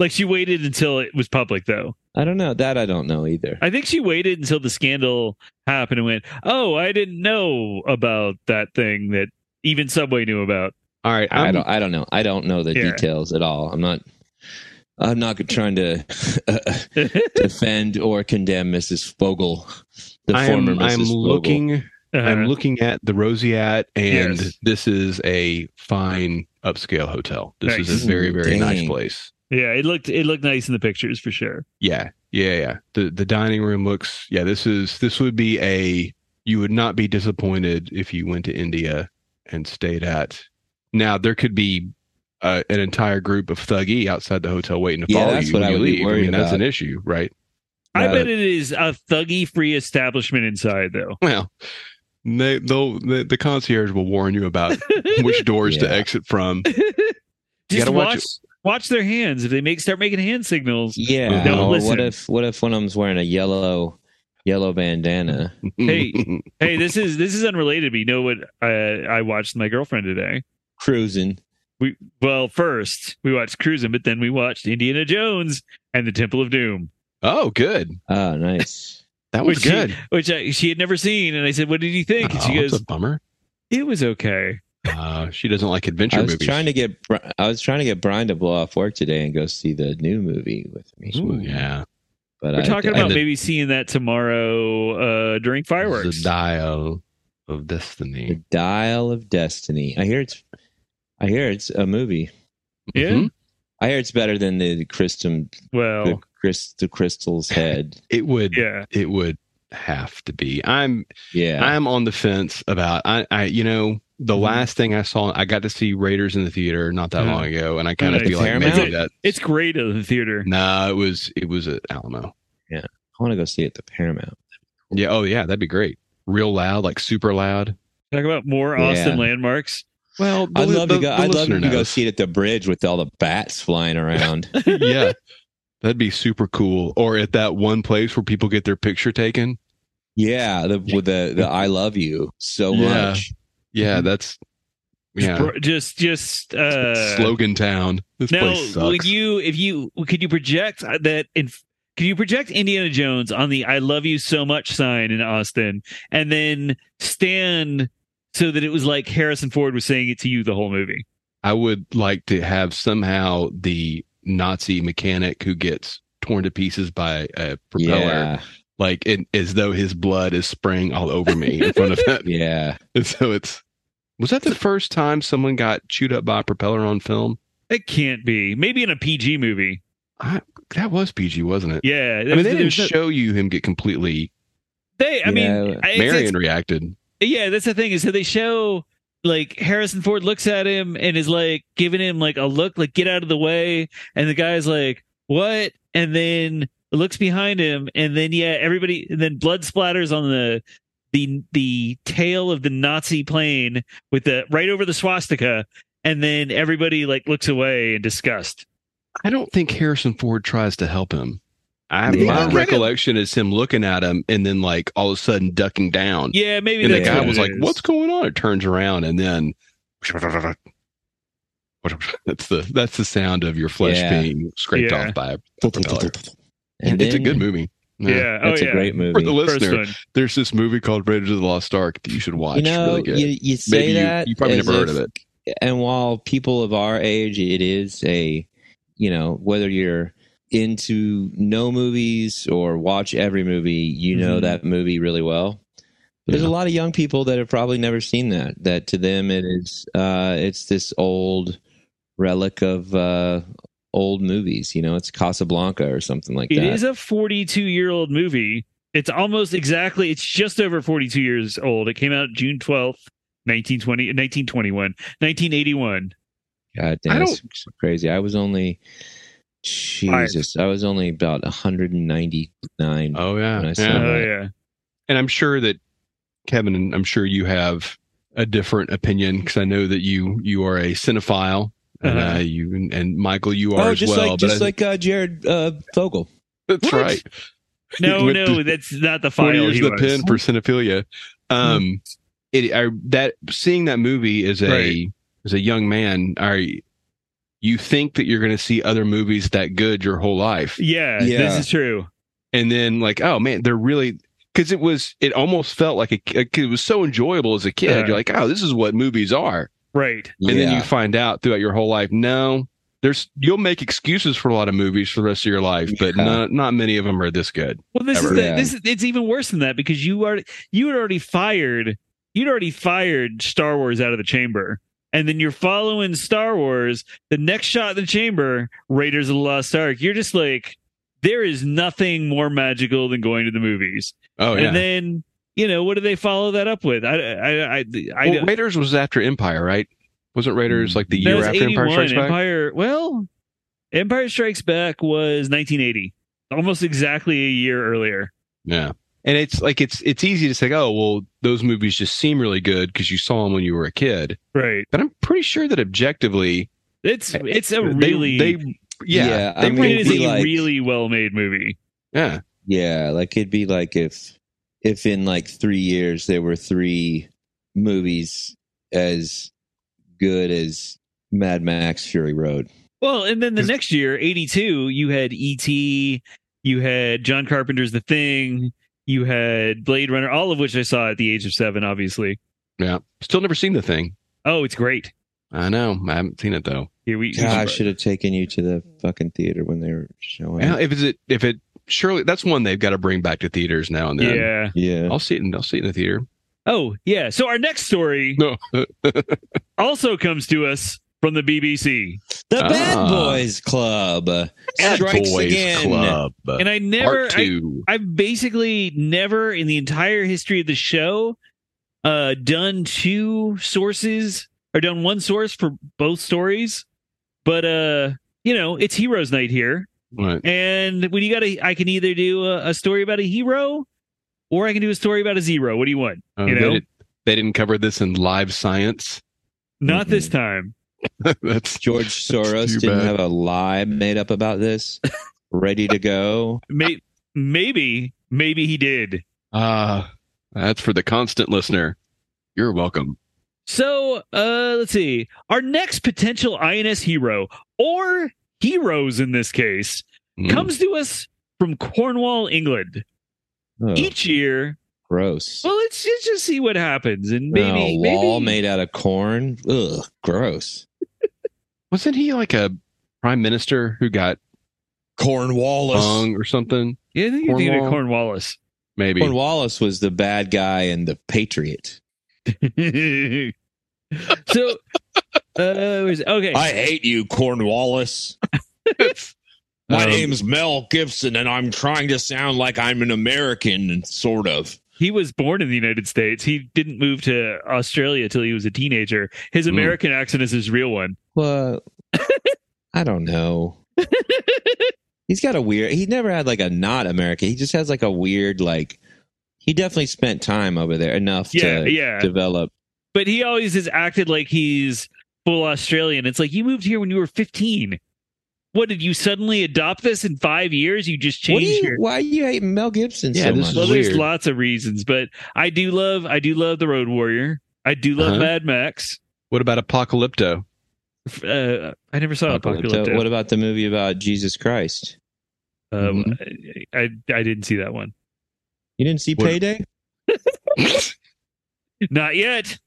Speaker 3: Like she waited until it was public, though.
Speaker 2: I don't know that. I don't know either.
Speaker 3: I think she waited until the scandal happened and went, "Oh, I didn't know about that thing that even Subway knew about."
Speaker 1: all right.
Speaker 2: I
Speaker 1: I'm-
Speaker 2: don't. I don't know. I don't know the
Speaker 3: Yeah.
Speaker 2: details at all. I'm not. I'm not trying to
Speaker 3: Uh-huh.
Speaker 2: defend or condemn Mrs. Fogel, the
Speaker 1: I am-
Speaker 2: former missus
Speaker 1: I'm
Speaker 2: Fogel.
Speaker 1: looking. I'm
Speaker 3: Uh,
Speaker 1: looking at the Roseat, and
Speaker 3: Yes.
Speaker 1: this is a fine upscale hotel. This
Speaker 3: Nice.
Speaker 1: is a very very nice
Speaker 2: Dang.
Speaker 1: place.
Speaker 3: yeah, it looked it looked nice in the pictures for sure.
Speaker 1: Yeah, yeah, yeah. the The dining room looks. Yeah, this is this would be a. You would not be disappointed if you went to India and stayed at. Now there could be uh, an entire group of thuggy outside the hotel waiting to
Speaker 2: Yeah,
Speaker 1: follow
Speaker 2: that's
Speaker 1: you
Speaker 2: what
Speaker 1: when
Speaker 2: I
Speaker 1: you
Speaker 2: would be
Speaker 1: leave. I
Speaker 2: worried
Speaker 1: mean, that's
Speaker 2: about.
Speaker 1: an issue, right?
Speaker 3: I
Speaker 2: Uh,
Speaker 3: bet it is a thuggy free establishment inside though.
Speaker 1: Well, they, they'll, the the concierge will warn you about which doors to
Speaker 2: Yeah.
Speaker 1: exit from.
Speaker 3: Just
Speaker 1: gotta
Speaker 3: watch
Speaker 1: watch
Speaker 3: watch, their hands if they make start making hand signals.
Speaker 2: Yeah.
Speaker 1: Don't
Speaker 2: or
Speaker 3: listen.
Speaker 2: what if what if one of them's wearing a yellow yellow bandana?
Speaker 3: Hey. Hey, this is this is unrelated, but you know what uh, I watched with my girlfriend today.
Speaker 2: Cruising.
Speaker 3: We well, first we watched Cruising, but then we watched Indiana Jones and the Temple of Doom,
Speaker 1: oh, good.
Speaker 2: Oh, nice.
Speaker 1: That was
Speaker 3: Which she-
Speaker 1: good.
Speaker 3: which I, she had never seen. And I said, "What did you think?" And
Speaker 1: Oh,
Speaker 3: she
Speaker 1: that's
Speaker 3: goes,
Speaker 1: a bummer.
Speaker 3: "It was okay."
Speaker 1: Uh, she doesn't like adventure
Speaker 2: I was
Speaker 1: movies.
Speaker 2: trying to get Bri- I was trying to get Brian to blow off work today and go see the new movie with me.
Speaker 1: Ooh, yeah,
Speaker 2: But
Speaker 3: We're
Speaker 2: I,
Speaker 3: talking
Speaker 2: I-
Speaker 3: about
Speaker 1: the-
Speaker 3: maybe seeing that tomorrow uh, during fireworks.
Speaker 1: the dial of destiny.
Speaker 2: the Dial of Destiny. I hear it's I hear it's a movie.
Speaker 3: Yeah.
Speaker 1: Mhm.
Speaker 2: I hear it's better than the Christum the,
Speaker 3: Well,
Speaker 2: Chris, the Crystal's head.
Speaker 1: it would.
Speaker 3: yeah.
Speaker 1: It would have to be. I'm.
Speaker 2: Yeah.
Speaker 1: I'm on the fence about. I. I. You know, the
Speaker 2: Mhm.
Speaker 1: last thing I saw, I got to see Raiders in the theater not that
Speaker 3: Uh-huh.
Speaker 1: long ago, and I kind of
Speaker 3: Right.
Speaker 1: feel like maybe
Speaker 2: Paramount?
Speaker 1: that.
Speaker 3: It's great at the theater.
Speaker 1: No, it was. It was at Alamo.
Speaker 2: I want to go see it at the Paramount.
Speaker 1: Yeah. Oh, yeah. That'd be great. Real loud, like super loud.
Speaker 3: Talk about more
Speaker 2: Yeah.
Speaker 3: Austin landmarks.
Speaker 1: Well,
Speaker 2: I'd love to go. I'd love to go
Speaker 1: see.
Speaker 2: see it at the bridge with all the bats flying around.
Speaker 1: yeah. That'd be super cool. Or at that one place where people get their picture taken.
Speaker 2: yeah, the with the the I love you so
Speaker 1: Yeah.
Speaker 2: much. Mm-hmm.
Speaker 1: Yeah, that's yeah.
Speaker 3: Bro- Just, just uh,
Speaker 1: slogan town. This
Speaker 3: Now,
Speaker 1: place
Speaker 3: would
Speaker 1: sucks.
Speaker 3: you, if you, could you project uh, that in? Could you project Indiana Jones on the "I love you so much" sign in Austin, and then stand so that it was like Harrison Ford was saying it to you the whole movie?
Speaker 1: I would like to have somehow the Nazi mechanic who gets torn to pieces by a propeller
Speaker 2: Yeah.
Speaker 1: like it, as though his blood is spraying all over me in front of him.
Speaker 2: Yeah.
Speaker 1: And so it's was that the first time someone got chewed up by a propeller on film?
Speaker 3: It can't be. Maybe in a PG movie.
Speaker 1: I, that was PG, wasn't it?
Speaker 3: Yeah.
Speaker 1: I mean, they didn't
Speaker 3: there's no-
Speaker 1: show you him get completely.
Speaker 3: They, I mean,
Speaker 2: Yeah.
Speaker 3: I- it's- it's-
Speaker 1: Marion reacted.
Speaker 3: yeah, that's the thing is that they show like Harrison Ford looks at him and is like giving him like a look, like get out of the way, and the guy's like what, and then looks behind him, and then yeah, everybody, and then blood splatters on the the the tail of the Nazi plane with the right over the swastika, and then everybody like looks away in disgust.
Speaker 1: I don't think Harrison Ford tries to help him. I,
Speaker 2: Yeah.
Speaker 1: My
Speaker 2: Kind of-
Speaker 1: recollection is him looking at him and then like all of a sudden ducking down.
Speaker 3: Yeah, maybe
Speaker 1: and the
Speaker 3: that's
Speaker 1: guy
Speaker 3: what
Speaker 1: was
Speaker 3: it
Speaker 1: like,
Speaker 3: is.
Speaker 1: "What's going on?" It turns around and then that's the that's the sound of your flesh
Speaker 2: Yeah.
Speaker 1: being scraped
Speaker 3: Yeah.
Speaker 1: off by. a propeller.
Speaker 2: And
Speaker 1: it's a
Speaker 2: then-
Speaker 1: good movie.
Speaker 3: Yeah, oh
Speaker 2: That's
Speaker 3: yeah,
Speaker 2: a great
Speaker 1: For the
Speaker 2: movie.
Speaker 3: first
Speaker 1: listener,
Speaker 3: one.
Speaker 1: there's this movie called Raiders of the Lost Ark that you should watch.
Speaker 2: You know,
Speaker 1: really good.
Speaker 2: you, you say
Speaker 1: Maybe you,
Speaker 2: that.
Speaker 1: you probably
Speaker 2: as
Speaker 1: never heard
Speaker 2: if-
Speaker 1: of it.
Speaker 2: and while people of our age it is a you know whether you're into no movies or watch every movie you know
Speaker 3: Mhm.
Speaker 2: that movie really well But there's
Speaker 1: Yeah.
Speaker 2: a lot of young people that have probably never seen that that to them it is uh it's this old relic of uh old movies you know it's casablanca or something like
Speaker 3: It
Speaker 2: that
Speaker 3: is a 42 year old movie. It's almost exactly, it's just over 42 years old. It came out June 12th, 1920, 1921, 1981.
Speaker 2: god
Speaker 1: I
Speaker 2: damn
Speaker 1: don't-
Speaker 2: it's crazy i was only jesus i was only about 199
Speaker 1: Oh
Speaker 2: When
Speaker 1: yeah,
Speaker 2: I saw
Speaker 1: yeah.
Speaker 2: it.
Speaker 3: Oh,
Speaker 2: right.
Speaker 3: yeah.
Speaker 1: and I'm sure that Kevin, and I'm sure you have a different opinion because I know that you you are a cinephile, and
Speaker 3: Uh-huh.
Speaker 1: uh, you and, and Michael, you are
Speaker 2: oh,
Speaker 1: as
Speaker 2: just
Speaker 1: well.
Speaker 2: like
Speaker 1: but I-
Speaker 2: just like uh, Jared uh, Vogel.
Speaker 1: that's
Speaker 3: What?
Speaker 1: right.
Speaker 3: No,
Speaker 1: With
Speaker 3: no,
Speaker 1: the-
Speaker 3: that's not the
Speaker 1: Twenty
Speaker 3: file.
Speaker 1: years
Speaker 3: He
Speaker 1: of the
Speaker 3: was. Hmm.
Speaker 1: pen for cinephilia. Um, it I, that seeing that movie is a
Speaker 3: Right.
Speaker 1: as a young man, I you think that you're going to see other movies that good your whole life,
Speaker 3: Yeah,
Speaker 2: Yeah.
Speaker 3: this is true.
Speaker 1: and then like oh man they're really because it was it almost felt like a, like, it was so enjoyable as a kid
Speaker 3: Yeah.
Speaker 1: you're like oh this is what movies are
Speaker 3: Right.
Speaker 1: and then you find out throughout your whole life no there's you'll make excuses for a lot of movies for the rest of your life but
Speaker 2: Yeah.
Speaker 1: not not many of them are this good
Speaker 3: Well, this
Speaker 1: Ever.
Speaker 3: is the,
Speaker 2: Yeah.
Speaker 3: this is, it's even worse than that because you are, you had already fired, you'd already fired Star Wars out of the chamber. And then you're following Star Wars, the next shot of the chamber, Raiders of the Lost Ark. You're just like, there is nothing more magical than going to the movies.
Speaker 1: oh
Speaker 3: and then you know what do they follow that up with? I I I, I, I
Speaker 1: well, Raiders was after Empire right wasn't
Speaker 2: Mm.
Speaker 1: Raiders like the
Speaker 3: that
Speaker 1: year
Speaker 3: was
Speaker 1: after Empire
Speaker 3: 81,
Speaker 1: Strikes Back
Speaker 3: Empire- well, Empire Strikes Back was 1980, almost exactly a year earlier.
Speaker 1: yeah and it's like it's it's easy to say oh well those movies just seem really good because you saw them when you were a kid
Speaker 3: Right.
Speaker 1: but I'm pretty sure that objectively
Speaker 3: It's it's a
Speaker 1: They-
Speaker 3: really
Speaker 1: they, yeah,
Speaker 2: Yeah,
Speaker 1: they
Speaker 2: I mean,
Speaker 1: ran
Speaker 3: it is
Speaker 2: it'd
Speaker 1: into-
Speaker 3: a
Speaker 2: be like-
Speaker 3: really well made movie.
Speaker 1: yeah
Speaker 2: yeah, like it'd be like if if in like three years there were three movies as good as Mad Max Fury Road.
Speaker 3: Well, and then the
Speaker 1: 'Cause-
Speaker 3: next year, 82, you had E.T., you had John Carpenter's The Thing, you had Blade Runner, all of which I saw at the age of seven, obviously.
Speaker 1: yeah still never seen the thing
Speaker 3: Oh, it's great.
Speaker 1: I know I haven't seen it though
Speaker 3: Here we
Speaker 2: God, I should have taken you to the fucking theater when they were showing.
Speaker 1: yeah
Speaker 2: it.
Speaker 1: if it if it surely that's one they've got to bring back to theaters now and then
Speaker 3: Yeah.
Speaker 2: Yeah,
Speaker 1: I'll see it in I'll see it in the theater
Speaker 3: Oh, yeah. So our next story
Speaker 1: no
Speaker 3: also comes to us from the BBC.
Speaker 2: the
Speaker 1: Ah.
Speaker 2: Bad Boys Club strikes
Speaker 1: Boys
Speaker 2: again.
Speaker 1: Club
Speaker 3: And I never
Speaker 1: Uh, part
Speaker 3: I,
Speaker 1: two
Speaker 3: I've basically never in the entire history of the show uh done two sources or done one source for both stories. But uh you know, it's Heroes Night here.
Speaker 1: Right.
Speaker 3: And when you got to I can either do a, a story about a hero or I can do a story about a zero. What do you want?
Speaker 1: Uh,
Speaker 3: You
Speaker 1: they,
Speaker 3: know?
Speaker 1: did, they didn't cover this in live science
Speaker 3: Not this
Speaker 2: Mhm.
Speaker 3: time.
Speaker 1: that's
Speaker 2: George
Speaker 1: too
Speaker 2: Soros didn't
Speaker 1: bad.
Speaker 2: have a lie made up about this, ready to go.
Speaker 3: May, maybe maybe he did.
Speaker 1: ah that's for the constant listener you're welcome
Speaker 3: So, uh, let's see. Our next potential INS hero, or heroes in this case,
Speaker 2: Hmm.
Speaker 1: Mm.
Speaker 3: comes to us from Cornwall, England.
Speaker 2: Oh,
Speaker 3: Each year,
Speaker 2: gross.
Speaker 3: well, let's, let's just see what happens. And
Speaker 2: Maybe,
Speaker 3: maybe,
Speaker 2: wall
Speaker 3: maybe
Speaker 2: made out of corn. Ugh, gross.
Speaker 1: wasn't he like a prime minister who got
Speaker 2: Cornwallis.
Speaker 1: hung or something
Speaker 3: yeah, I think you're thinking of
Speaker 1: Cornwall.
Speaker 3: Cornwallis.
Speaker 1: Maybe.
Speaker 2: Cornwallis was the bad guy and the Patriot.
Speaker 3: so, uh, was, okay.
Speaker 2: I hate you, Cornwallis. My
Speaker 1: Um,
Speaker 2: name's Mel Gibson, and I'm trying to sound like I'm an American, sort of.
Speaker 3: he was born in the United States. He didn't move to Australia till he was a teenager. His
Speaker 2: Hmm.
Speaker 1: Mm.
Speaker 3: American accent is his real one.
Speaker 2: Well, I don't know. He's got a weird. He never had like a not American. He just has like a weird like. He definitely spent time over there enough
Speaker 3: Yeah,
Speaker 2: to
Speaker 3: yeah.
Speaker 2: develop.
Speaker 3: But he always has acted like he's full Australian. It's like you moved here when you were 15. What did you suddenly adopt this in five years? You just
Speaker 2: What do
Speaker 3: changed
Speaker 2: you,
Speaker 3: your.
Speaker 2: why are you hating Mel Gibson
Speaker 1: Yeah,
Speaker 2: so
Speaker 1: this
Speaker 2: much?
Speaker 1: is
Speaker 3: Well, there's
Speaker 1: weird.
Speaker 3: lots of reasons, but I do love I do love the Road Warrior. I do love
Speaker 1: Uh-huh.
Speaker 3: Mad Max.
Speaker 1: What about Apocalypto?
Speaker 3: F- Uh, I never saw Apocalypto.
Speaker 2: What about the movie about Jesus Christ?
Speaker 3: Uh,
Speaker 1: Mm-hmm.
Speaker 3: I, I I didn't see that one.
Speaker 2: You didn't see
Speaker 1: What-
Speaker 2: Payday?
Speaker 3: Not yet.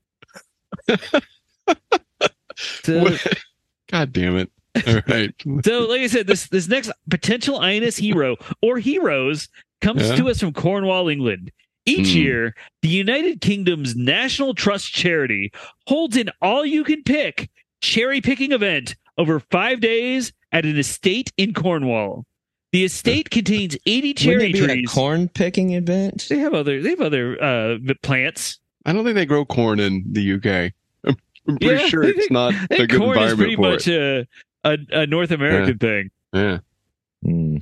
Speaker 3: So-
Speaker 1: What- God damn it! All right.
Speaker 3: So, like I said, this this next potential INS hero or heroes comes
Speaker 1: Yeah.
Speaker 3: to us from Cornwall, England. Each
Speaker 1: Hmm.
Speaker 3: year, the United Kingdom's National Trust Charity holds an all-you-can-pick cherry picking event over five days at an estate in Cornwall. The estate contains 80 cherry
Speaker 2: Wouldn't it be a
Speaker 3: trees.
Speaker 2: corn picking event?
Speaker 3: they have other they have other uh, plants.
Speaker 1: I don't think they grow corn in the UK. I'm, I'm pretty
Speaker 3: Yeah,
Speaker 1: sure it's not
Speaker 3: I
Speaker 1: a
Speaker 3: think
Speaker 1: good
Speaker 3: corn is pretty
Speaker 1: environment for
Speaker 3: much
Speaker 1: it.
Speaker 3: a, a a North American thing.
Speaker 1: Yeah.
Speaker 2: Hmm.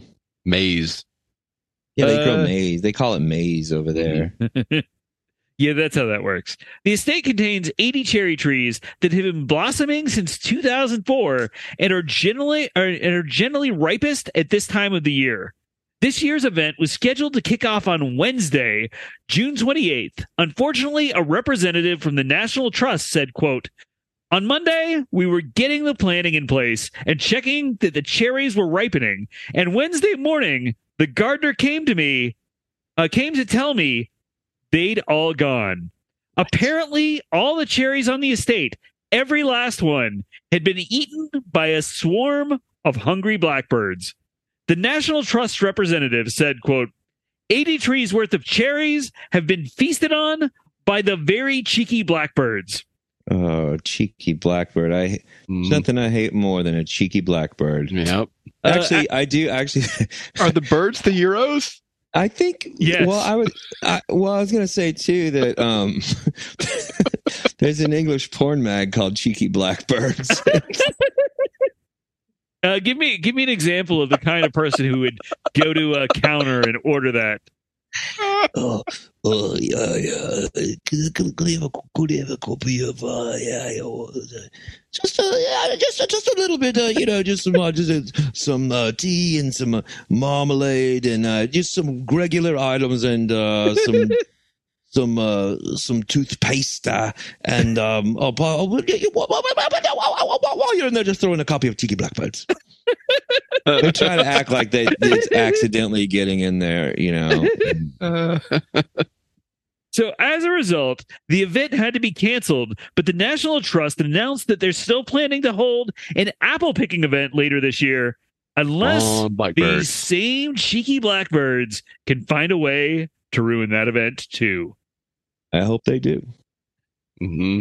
Speaker 1: Maize.
Speaker 2: Yeah, they grow
Speaker 3: Uh,
Speaker 2: maize. They call it maize over there.
Speaker 3: Yeah, that's how that works. The estate contains 80 cherry trees that have been blossoming since 2004 and are generally are, and are generally ripest at this time of the year. This year's event was scheduled to kick off on Wednesday, June 28th. Unfortunately, a representative from the National Trust said, quote, on Monday, we were getting the planning in place and checking that the cherries were ripening. And Wednesday morning, the gardener came to me, uh, came to tell me they'd all gone. Apparently, all the cherries on the estate, every last one, had been eaten by a swarm of hungry blackbirds. The National Trust representative said, quote, 80 trees worth of cherries have been feasted on by the very cheeky blackbirds.
Speaker 2: Oh, cheeky blackbird! I
Speaker 1: Mm,
Speaker 2: there's nothing I hate more than a cheeky blackbird.
Speaker 1: Yep.
Speaker 3: Uh,
Speaker 2: Actually, I do. Actually,
Speaker 1: Are the birds the Euros?
Speaker 2: I think.
Speaker 3: Yes.
Speaker 2: Well, I was. I, well, I was gonna say too that um, there's an English porn mag called Cheeky Blackbirds.
Speaker 3: Uh, give me give me an example of the kind of person who would go to a counter and order that.
Speaker 2: oh, oh, yeah, yeah. Could, could, could you have a, could you have a copy of uh, yeah, yeah, well, uh, just a, yeah, just just a little bit, uh, you know, just some uh, just uh, some uh, tea and some uh, marmalade and uh, just some regular items and uh, some. Some uh, some toothpaste uh, and um. Oh, but- oh, but- while- while- while while- while you're in there, just throw in a copy of Tiki Blackbirds. They're trying to act like they it's accidentally getting in there, you know.
Speaker 1: Uh,
Speaker 3: So as a result, the event had to be canceled, but the National Trust announced that they're still planning to hold an apple picking event later this year, unless
Speaker 1: oh,
Speaker 3: these
Speaker 1: blackbird.
Speaker 3: same cheeky blackbirds can find a way to ruin that event too.
Speaker 2: I hope they do.
Speaker 1: hmm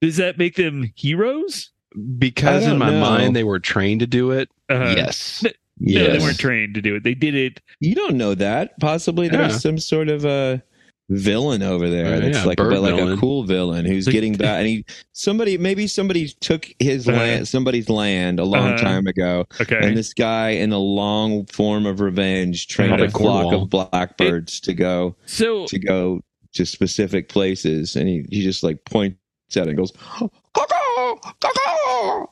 Speaker 3: Does that make them heroes?
Speaker 1: Because
Speaker 2: I
Speaker 1: in
Speaker 2: don't
Speaker 1: my
Speaker 2: know.
Speaker 1: mind they were trained to do it.
Speaker 3: Uh,
Speaker 1: yes.
Speaker 3: th- No,
Speaker 2: Yes.
Speaker 3: they weren't trained to do it. They did it.
Speaker 2: You don't know that. Possibly there's
Speaker 1: Yeah.
Speaker 2: some sort of a villain over there.
Speaker 1: Uh,
Speaker 2: and it's
Speaker 1: yeah,
Speaker 2: like
Speaker 1: bird
Speaker 2: but like a
Speaker 1: villain.
Speaker 2: cool villain who's
Speaker 3: Like-
Speaker 2: getting back. And he somebody maybe somebody took his
Speaker 1: Uh-huh.
Speaker 3: Uh,
Speaker 2: land somebody's land a long
Speaker 3: uh-huh.
Speaker 2: time ago,
Speaker 3: Okay.
Speaker 2: and this guy in a long form of revenge trained
Speaker 3: Probably
Speaker 2: a flock
Speaker 1: Cornwall.
Speaker 2: of blackbirds to go
Speaker 3: so
Speaker 2: to go to specific places, and he, he just like points at it and goes. Caw-caw, caw-caw,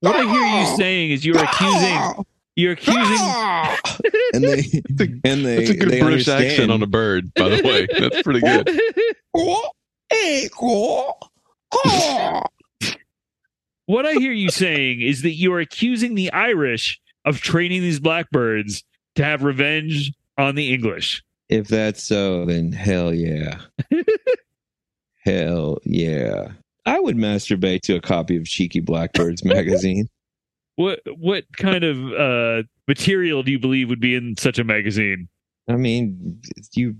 Speaker 3: what I hear you
Speaker 2: caw-caw,
Speaker 3: saying is you're accusing
Speaker 2: caw-caw,
Speaker 3: you're accusing
Speaker 2: caw-caw." and they and they
Speaker 1: That's a good
Speaker 2: they
Speaker 1: British accent
Speaker 2: understand.
Speaker 1: on a bird, by the way. That's pretty good.
Speaker 3: What I hear you saying is that you are accusing the Irish of training these blackbirds to have revenge on the English.
Speaker 2: If that's so, then hell yeah. hell yeah. I would masturbate to a copy of Cheeky Blackbirds magazine.
Speaker 3: What what kind of uh, material do you believe would be in such a magazine?
Speaker 2: I mean, you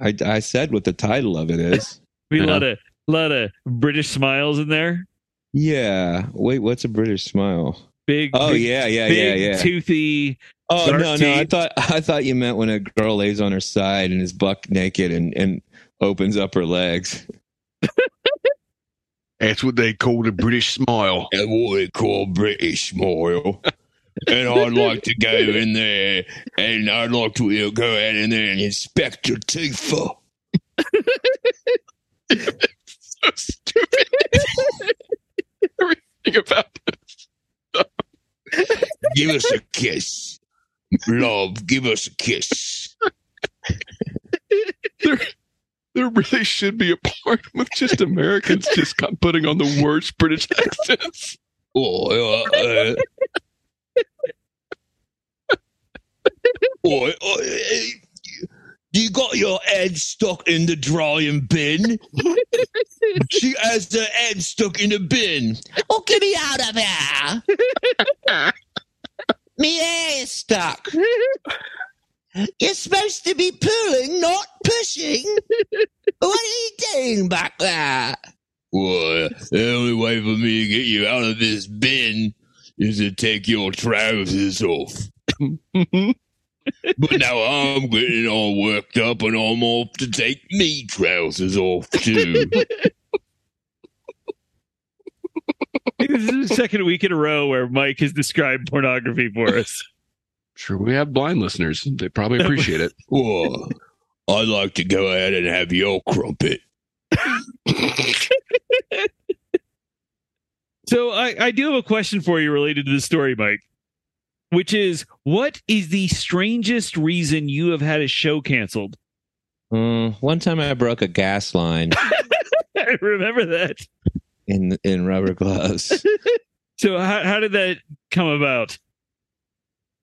Speaker 2: I, I said what the title of it is.
Speaker 3: Be a
Speaker 1: Yeah.
Speaker 3: lot of lot of British smiles in there.
Speaker 2: yeah. Wait, what's a British smile?
Speaker 3: Big.
Speaker 2: Oh
Speaker 3: big,
Speaker 2: yeah, yeah, yeah,
Speaker 3: Big
Speaker 2: yeah.
Speaker 3: toothy.
Speaker 2: Oh
Speaker 3: dark
Speaker 2: no, no. I
Speaker 3: teeth.
Speaker 2: thought I thought you meant when a girl lays on her side and is buck naked and and opens up her legs.
Speaker 1: That's what they call the British smile.
Speaker 2: And what they call British smile. and I'd like to go in there and I'd like to you know, go out in there and inspect your teeth.
Speaker 1: So stupid. Everything about
Speaker 2: Give us a kiss. Love, give us a kiss.
Speaker 1: there really should be a part with just Americans just got putting on the worst British accents.
Speaker 2: Oh, uh, uh, oh, uh, you got your head stuck in the drying bin. she has her head stuck in a bin. Oh, get me out of here! Me hair is stuck. You're supposed to be pulling, not pushing. What are you doing back there? Well, the only way for me to get you out of this bin is to take your trousers off. But now I'm getting all worked up and I'm off to take me trousers off too.
Speaker 3: This is the second week in a row where Mike has described pornography for us.
Speaker 1: Sure, we have blind listeners. They probably appreciate it.
Speaker 2: Whoa. I'd like to go ahead and have your crumpet.
Speaker 3: So I, I do have a question for you related to this story, Mike, which is what is the strangest reason you have had a show canceled?
Speaker 2: Mm, one time I broke a gas line
Speaker 3: I remember that.
Speaker 2: in in rubber gloves.
Speaker 3: So how, how did that come about?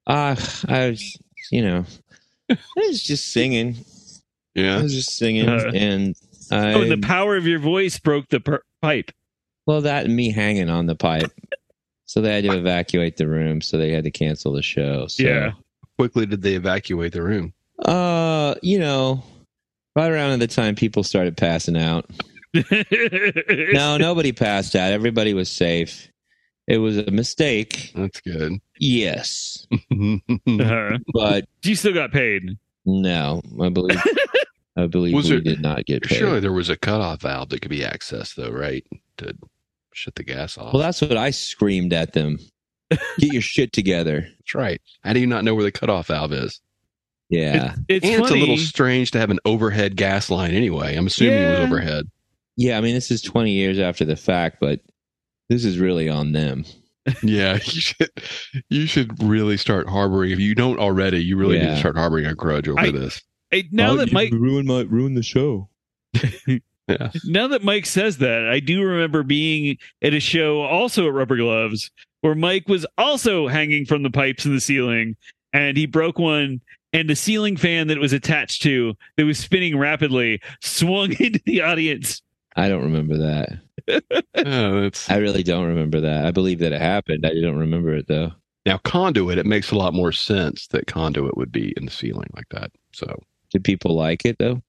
Speaker 2: Uh, I was, you know, I was just singing. I
Speaker 1: Yeah.
Speaker 2: was just singing,
Speaker 3: Uh,
Speaker 2: and I
Speaker 3: Oh, the power of your voice broke the per- pipe.
Speaker 2: well that and me hanging on the pipe. So they had to evacuate the room, so they had to cancel the show. So,
Speaker 3: Yeah.
Speaker 1: Quickly did they evacuate the room?
Speaker 2: uh, you know, right around the time people started passing out. No, nobody passed out. Everybody was safe. It was a mistake,
Speaker 1: That's good.
Speaker 2: yes,
Speaker 3: Uh-huh.
Speaker 2: but
Speaker 3: You still got paid.
Speaker 2: no, I believe I believe
Speaker 1: Was
Speaker 2: we
Speaker 1: there-
Speaker 2: did not get paid.
Speaker 1: Surely there was a cutoff valve that could be accessed, though, right? To shut the gas off.
Speaker 2: Well, that's what I screamed at them. Get your shit together.
Speaker 1: that's right. How do you not know where the cutoff valve is?
Speaker 2: Yeah.
Speaker 3: It's,
Speaker 1: and it's a
Speaker 3: funny.
Speaker 1: little strange to have an overhead gas line anyway. I'm assuming it
Speaker 3: Yeah.
Speaker 1: was overhead.
Speaker 2: Yeah, I mean, this is 20 years after the fact, but this is really on them.
Speaker 1: Yeah, you should you should really start harboring if you don't already, you really need
Speaker 2: Yeah.
Speaker 1: to start harboring a grudge over
Speaker 3: I-
Speaker 1: this.
Speaker 3: Hey,
Speaker 1: Oh,
Speaker 3: now that Mike
Speaker 2: ruin my ruin the show.
Speaker 3: now that Mike says that, I do remember being at a show also at Rubber Gloves where Mike was also hanging from the pipes in the ceiling and he broke one and the ceiling fan that it was attached to that was spinning rapidly swung into the audience.
Speaker 2: I don't remember that.
Speaker 1: Oh, that's
Speaker 2: I really don't remember that. I believe that it happened. I don't remember it though.
Speaker 1: now conduit, it makes a lot more sense that conduit would be in the ceiling like that. So
Speaker 2: Did people like it though?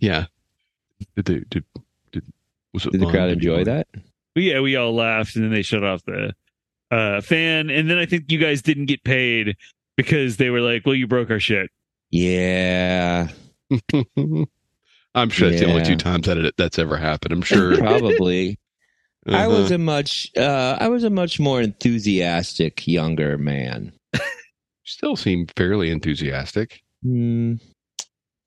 Speaker 1: yeah. Did they, did, did, was it
Speaker 2: Did the
Speaker 1: fun?
Speaker 2: crowd
Speaker 1: Did you
Speaker 2: enjoy
Speaker 1: like-
Speaker 2: that?
Speaker 3: But yeah, we all laughed and then they shut off the uh, fan. And then I think you guys didn't get paid because they were like, well, you broke our shit.
Speaker 2: Yeah,
Speaker 1: I'm sure that's the only
Speaker 2: Yeah.
Speaker 1: two times that it, that's ever happened. I'm sure.
Speaker 2: probably. I was
Speaker 1: Uh-huh.
Speaker 2: a much uh, I was a much more enthusiastic younger man.
Speaker 1: still seem fairly enthusiastic.
Speaker 2: Hmm,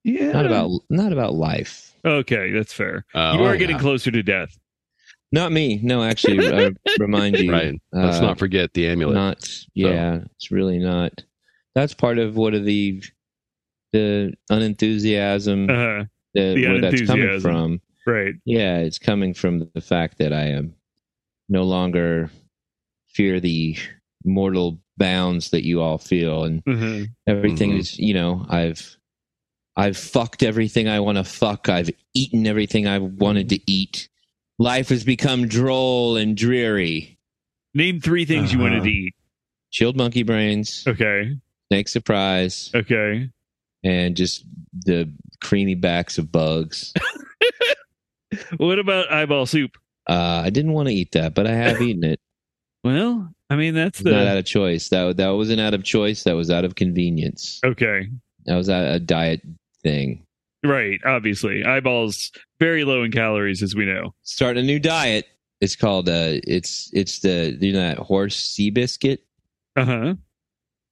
Speaker 3: Yeah.
Speaker 2: not about not about life.
Speaker 3: Okay, that's fair.
Speaker 1: Uh, oh,
Speaker 3: you are getting
Speaker 1: yeah.
Speaker 3: closer to death.
Speaker 2: Not me. No, actually, I remind you.
Speaker 1: right. Let's
Speaker 2: uh,
Speaker 1: not forget the amulet.
Speaker 2: Not yeah, it's really not. That's part of what are the the unenthusiasm
Speaker 3: Uh
Speaker 1: Mm-hmm.
Speaker 3: huh.
Speaker 2: that
Speaker 3: the
Speaker 2: where that's coming
Speaker 3: unenthusiasm.
Speaker 2: from.
Speaker 3: Uh-huh. Right.
Speaker 2: Yeah, it's coming from the fact that I am no longer fear the mortal bounds that you all feel and
Speaker 3: Uh-huh.
Speaker 2: everything
Speaker 1: Mhm.
Speaker 2: is you know, I've I've fucked everything I want to fuck. I've eaten everything I wanted to eat. Life has become droll and dreary.
Speaker 3: Name three things you wanted
Speaker 1: Uh-huh.
Speaker 3: to eat.
Speaker 2: Chilled monkey brains,
Speaker 3: Okay.
Speaker 2: snake surprise,
Speaker 3: Okay.
Speaker 2: and just the creamy backs of bugs.
Speaker 3: What about eyeball soup?
Speaker 2: Uh, I didn't want to eat that, but I have eaten it.
Speaker 3: Well, I mean that's
Speaker 2: It's not out
Speaker 3: the
Speaker 2: of choice. That that wasn't out of choice. That was out of convenience.
Speaker 3: okay,
Speaker 2: That was a, a diet thing.
Speaker 3: right? Obviously, eyeballs very low in calories, as we know.
Speaker 2: Starting a new diet. It's called uh it's it's the you know that horse sea biscuit.
Speaker 3: Uh huh.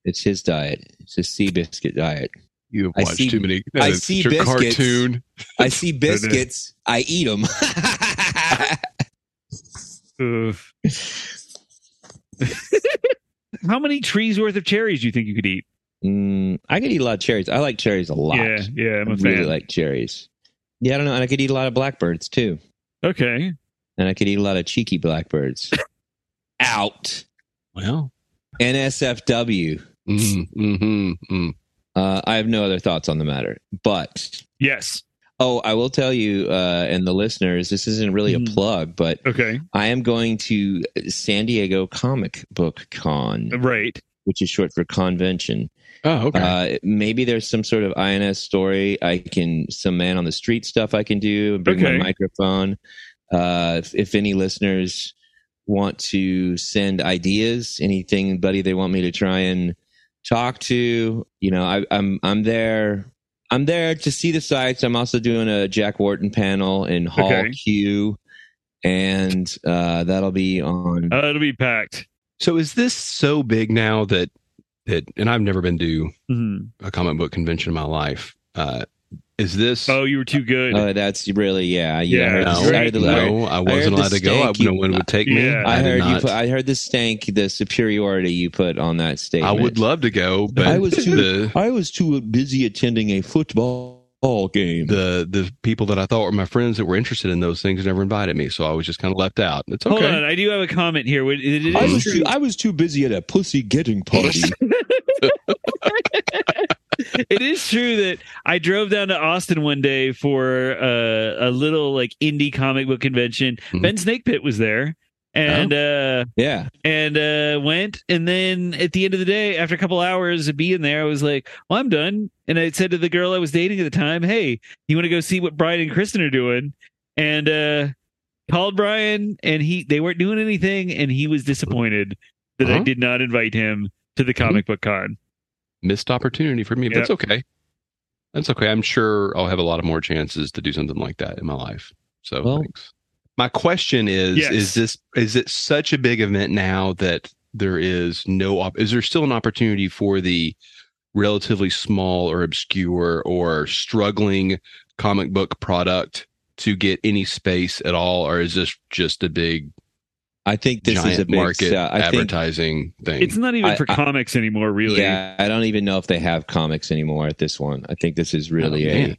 Speaker 2: It's his diet. It's his sea biscuit diet.
Speaker 1: You have
Speaker 2: I
Speaker 1: watched
Speaker 2: see-
Speaker 1: too many.
Speaker 2: I
Speaker 1: it's
Speaker 2: see
Speaker 1: your
Speaker 2: biscuits.
Speaker 1: cartoon.
Speaker 2: I see
Speaker 1: is.
Speaker 2: biscuits. I eat them.
Speaker 3: How many trees worth of cherries do you think you could eat?
Speaker 2: mm, I could eat a lot of cherries. I like cherries a lot.
Speaker 3: Yeah, yeah, I'm a
Speaker 2: I
Speaker 3: fan.
Speaker 2: really like cherries. Yeah, I don't know. And I could eat a lot of blackbirds too.
Speaker 3: okay,
Speaker 2: And I could eat a lot of cheeky blackbirds. Out.
Speaker 1: Well,
Speaker 2: NSFW.
Speaker 1: mm, mm, mm.
Speaker 2: Uh, I have no other thoughts on the matter. But,
Speaker 3: yes,
Speaker 2: oh, I will tell you uh, and the listeners, this isn't really
Speaker 3: Mhm.
Speaker 2: a plug, but
Speaker 3: okay,
Speaker 2: I am going to San Diego Comic Book Con,
Speaker 3: right.
Speaker 2: which is short for convention.
Speaker 1: Oh, okay.
Speaker 2: Uh, maybe there's some sort of INS story. I can some man on the street stuff I can do and bring
Speaker 3: Okay.
Speaker 2: my microphone. Uh, if, if any listeners want to send ideas, anything, buddy, they want me to try and talk to, you know, I, I'm I'm there. I'm there to see the sites. I'm also doing a Jack Wharton panel in Hall
Speaker 3: Okay.
Speaker 2: Q, and uh, that'll be on.
Speaker 3: Uh, it'll be packed.
Speaker 1: so is this so big now that that? And I've never been to
Speaker 3: Mhm.
Speaker 1: a comic book convention in my life. Uh, is this?
Speaker 3: Oh, you were too good.
Speaker 2: Oh, that's really yeah. Yeah, I heard,
Speaker 3: Yeah,
Speaker 1: no,
Speaker 2: this- I heard the- I heard-
Speaker 1: no, I wasn't
Speaker 2: the
Speaker 1: allowed to go. I,
Speaker 2: stank you-
Speaker 1: no one would take me.
Speaker 3: Yeah.
Speaker 2: I,
Speaker 1: did
Speaker 2: heard you.
Speaker 1: not.
Speaker 2: Put, I heard the stank, the superiority you put on that
Speaker 1: I
Speaker 2: statement.
Speaker 1: would love to go, but
Speaker 2: I was too-
Speaker 1: the
Speaker 2: I was too busy attending a football game.
Speaker 1: the the people that I thought were my friends that were interested in those things never invited me, so I was just kind of left out. It's
Speaker 3: Hold
Speaker 1: okay.
Speaker 3: on, I do have a comment here. It- it is
Speaker 1: I was
Speaker 3: true.
Speaker 2: I was too busy at a pussy getting party.
Speaker 3: it is true that I drove down to Austin one day for uh, a little like indie comic book convention.
Speaker 2: Hmm.
Speaker 1: Mhm.
Speaker 3: Ben Snakepit was there. And uh
Speaker 2: yeah,
Speaker 3: and uh went and then at the end of the day after a couple hours of being there I was like well I'm done and I said to the girl I was dating at the time hey you want to go see what Brian and Kristen are doing and uh called Brian and he they weren't doing anything and he was disappointed that I
Speaker 2: Uh-huh.
Speaker 1: Huh?
Speaker 3: did not invite him to
Speaker 2: Hmm.
Speaker 3: the comic book con
Speaker 1: Missed opportunity for me, but
Speaker 3: Yeah.
Speaker 1: it's okay. That's okay. I'm sure I'll have a lot of more chances to do something like that in my life. So
Speaker 2: Well-
Speaker 1: thanks. My question is:
Speaker 3: Yes.
Speaker 1: Is this is it such a big event now that there is no? Op- is there still an opportunity for the relatively small or obscure or struggling comic book product to get any space at all, or is this just a big
Speaker 2: I think this
Speaker 1: giant
Speaker 2: is a big
Speaker 1: market
Speaker 2: sell- I think,
Speaker 1: advertising thing?
Speaker 3: It's not even
Speaker 2: I-
Speaker 3: for
Speaker 2: I-
Speaker 3: comics anymore, really.
Speaker 2: yeah, I don't even know if they have comics anymore at this one. I think this is really
Speaker 1: Oh,
Speaker 2: a
Speaker 1: man.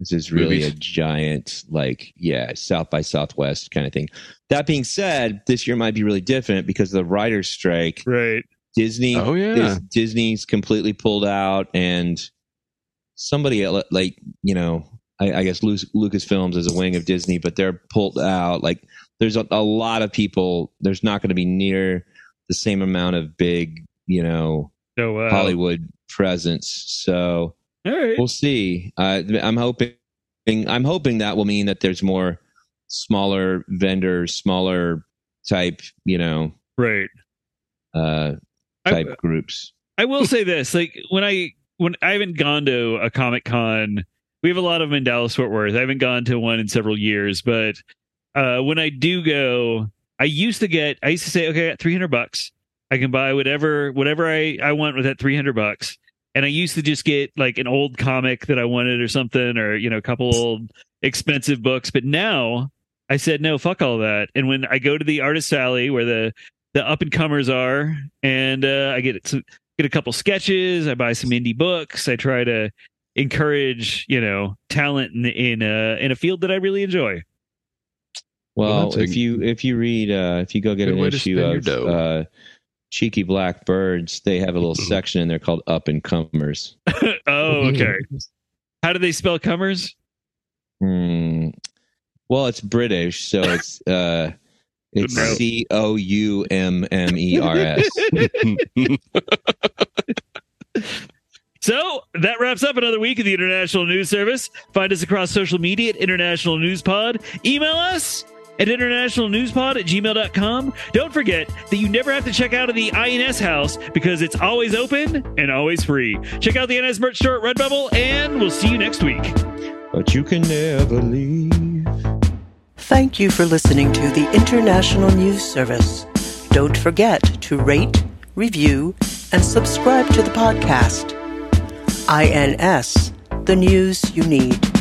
Speaker 2: this is really
Speaker 1: Movies.
Speaker 2: a giant like yeah South by Southwest kind of thing. That being said, this year might be really different because of the writers' strike.
Speaker 3: Right.
Speaker 2: Disney
Speaker 1: Oh yeah,
Speaker 2: Dis- Disney's completely pulled out, and somebody at- like you know, I, I guess Lu- Lucasfilms is a wing of Disney, but they're pulled out. Like, there's a, a lot of people. There's not going to be near the same amount of big, you know,
Speaker 3: So uh,
Speaker 2: Hollywood presence. So
Speaker 3: All right.
Speaker 2: we'll see. Uh, I'm hoping. I'm hoping that will mean that there's more smaller vendors, smaller type, you know,
Speaker 3: Right.
Speaker 2: uh,
Speaker 3: I,
Speaker 2: type groups.
Speaker 3: I will say this: like when I when I haven't gone to a comic con, we have a lot of them in Dallas Fort Worth. I haven't gone to one in several years, but uh, when I do go, I used to get. I used to say, okay, I got three hundred bucks. I can buy whatever whatever I I want with that three hundred bucks. And I used to just get like an old comic that I wanted or something, or you know, a couple old expensive books. But now I said no, fuck all that. And when I go to the artist alley where the the up and comers are, and uh, I get some, get a couple sketches, I buy some indie books, I try to encourage you know talent in in a in a field that I really enjoy.
Speaker 1: Well,
Speaker 2: Well,
Speaker 1: that's
Speaker 2: if
Speaker 1: a-
Speaker 2: you if you read uh, if you go get
Speaker 1: Good
Speaker 2: an
Speaker 1: way to
Speaker 2: issue
Speaker 1: spend your
Speaker 2: of
Speaker 1: dough.
Speaker 2: uh, Cheeky Black Birds, they have a little
Speaker 1: Mhm.
Speaker 2: section in there called Up and Comers.
Speaker 3: oh, okay. How do they spell comers?
Speaker 2: Hmm. Well, it's British, so it's uh, it's
Speaker 3: No.
Speaker 2: C O U M M E R S.
Speaker 3: So that wraps up another week of the International News Service. Find us across social media at International News Pod. Email us at internationalnewspod at gmail.com. Don't forget that you never have to check out of the INS house because it's always open and always free. Check out the INS merch store at Redbubble, and we'll see you next week.
Speaker 2: But you can never leave.
Speaker 4: Thank you for listening to the International News Service. Don't forget to rate, review, and subscribe to the podcast. INS, the news you need.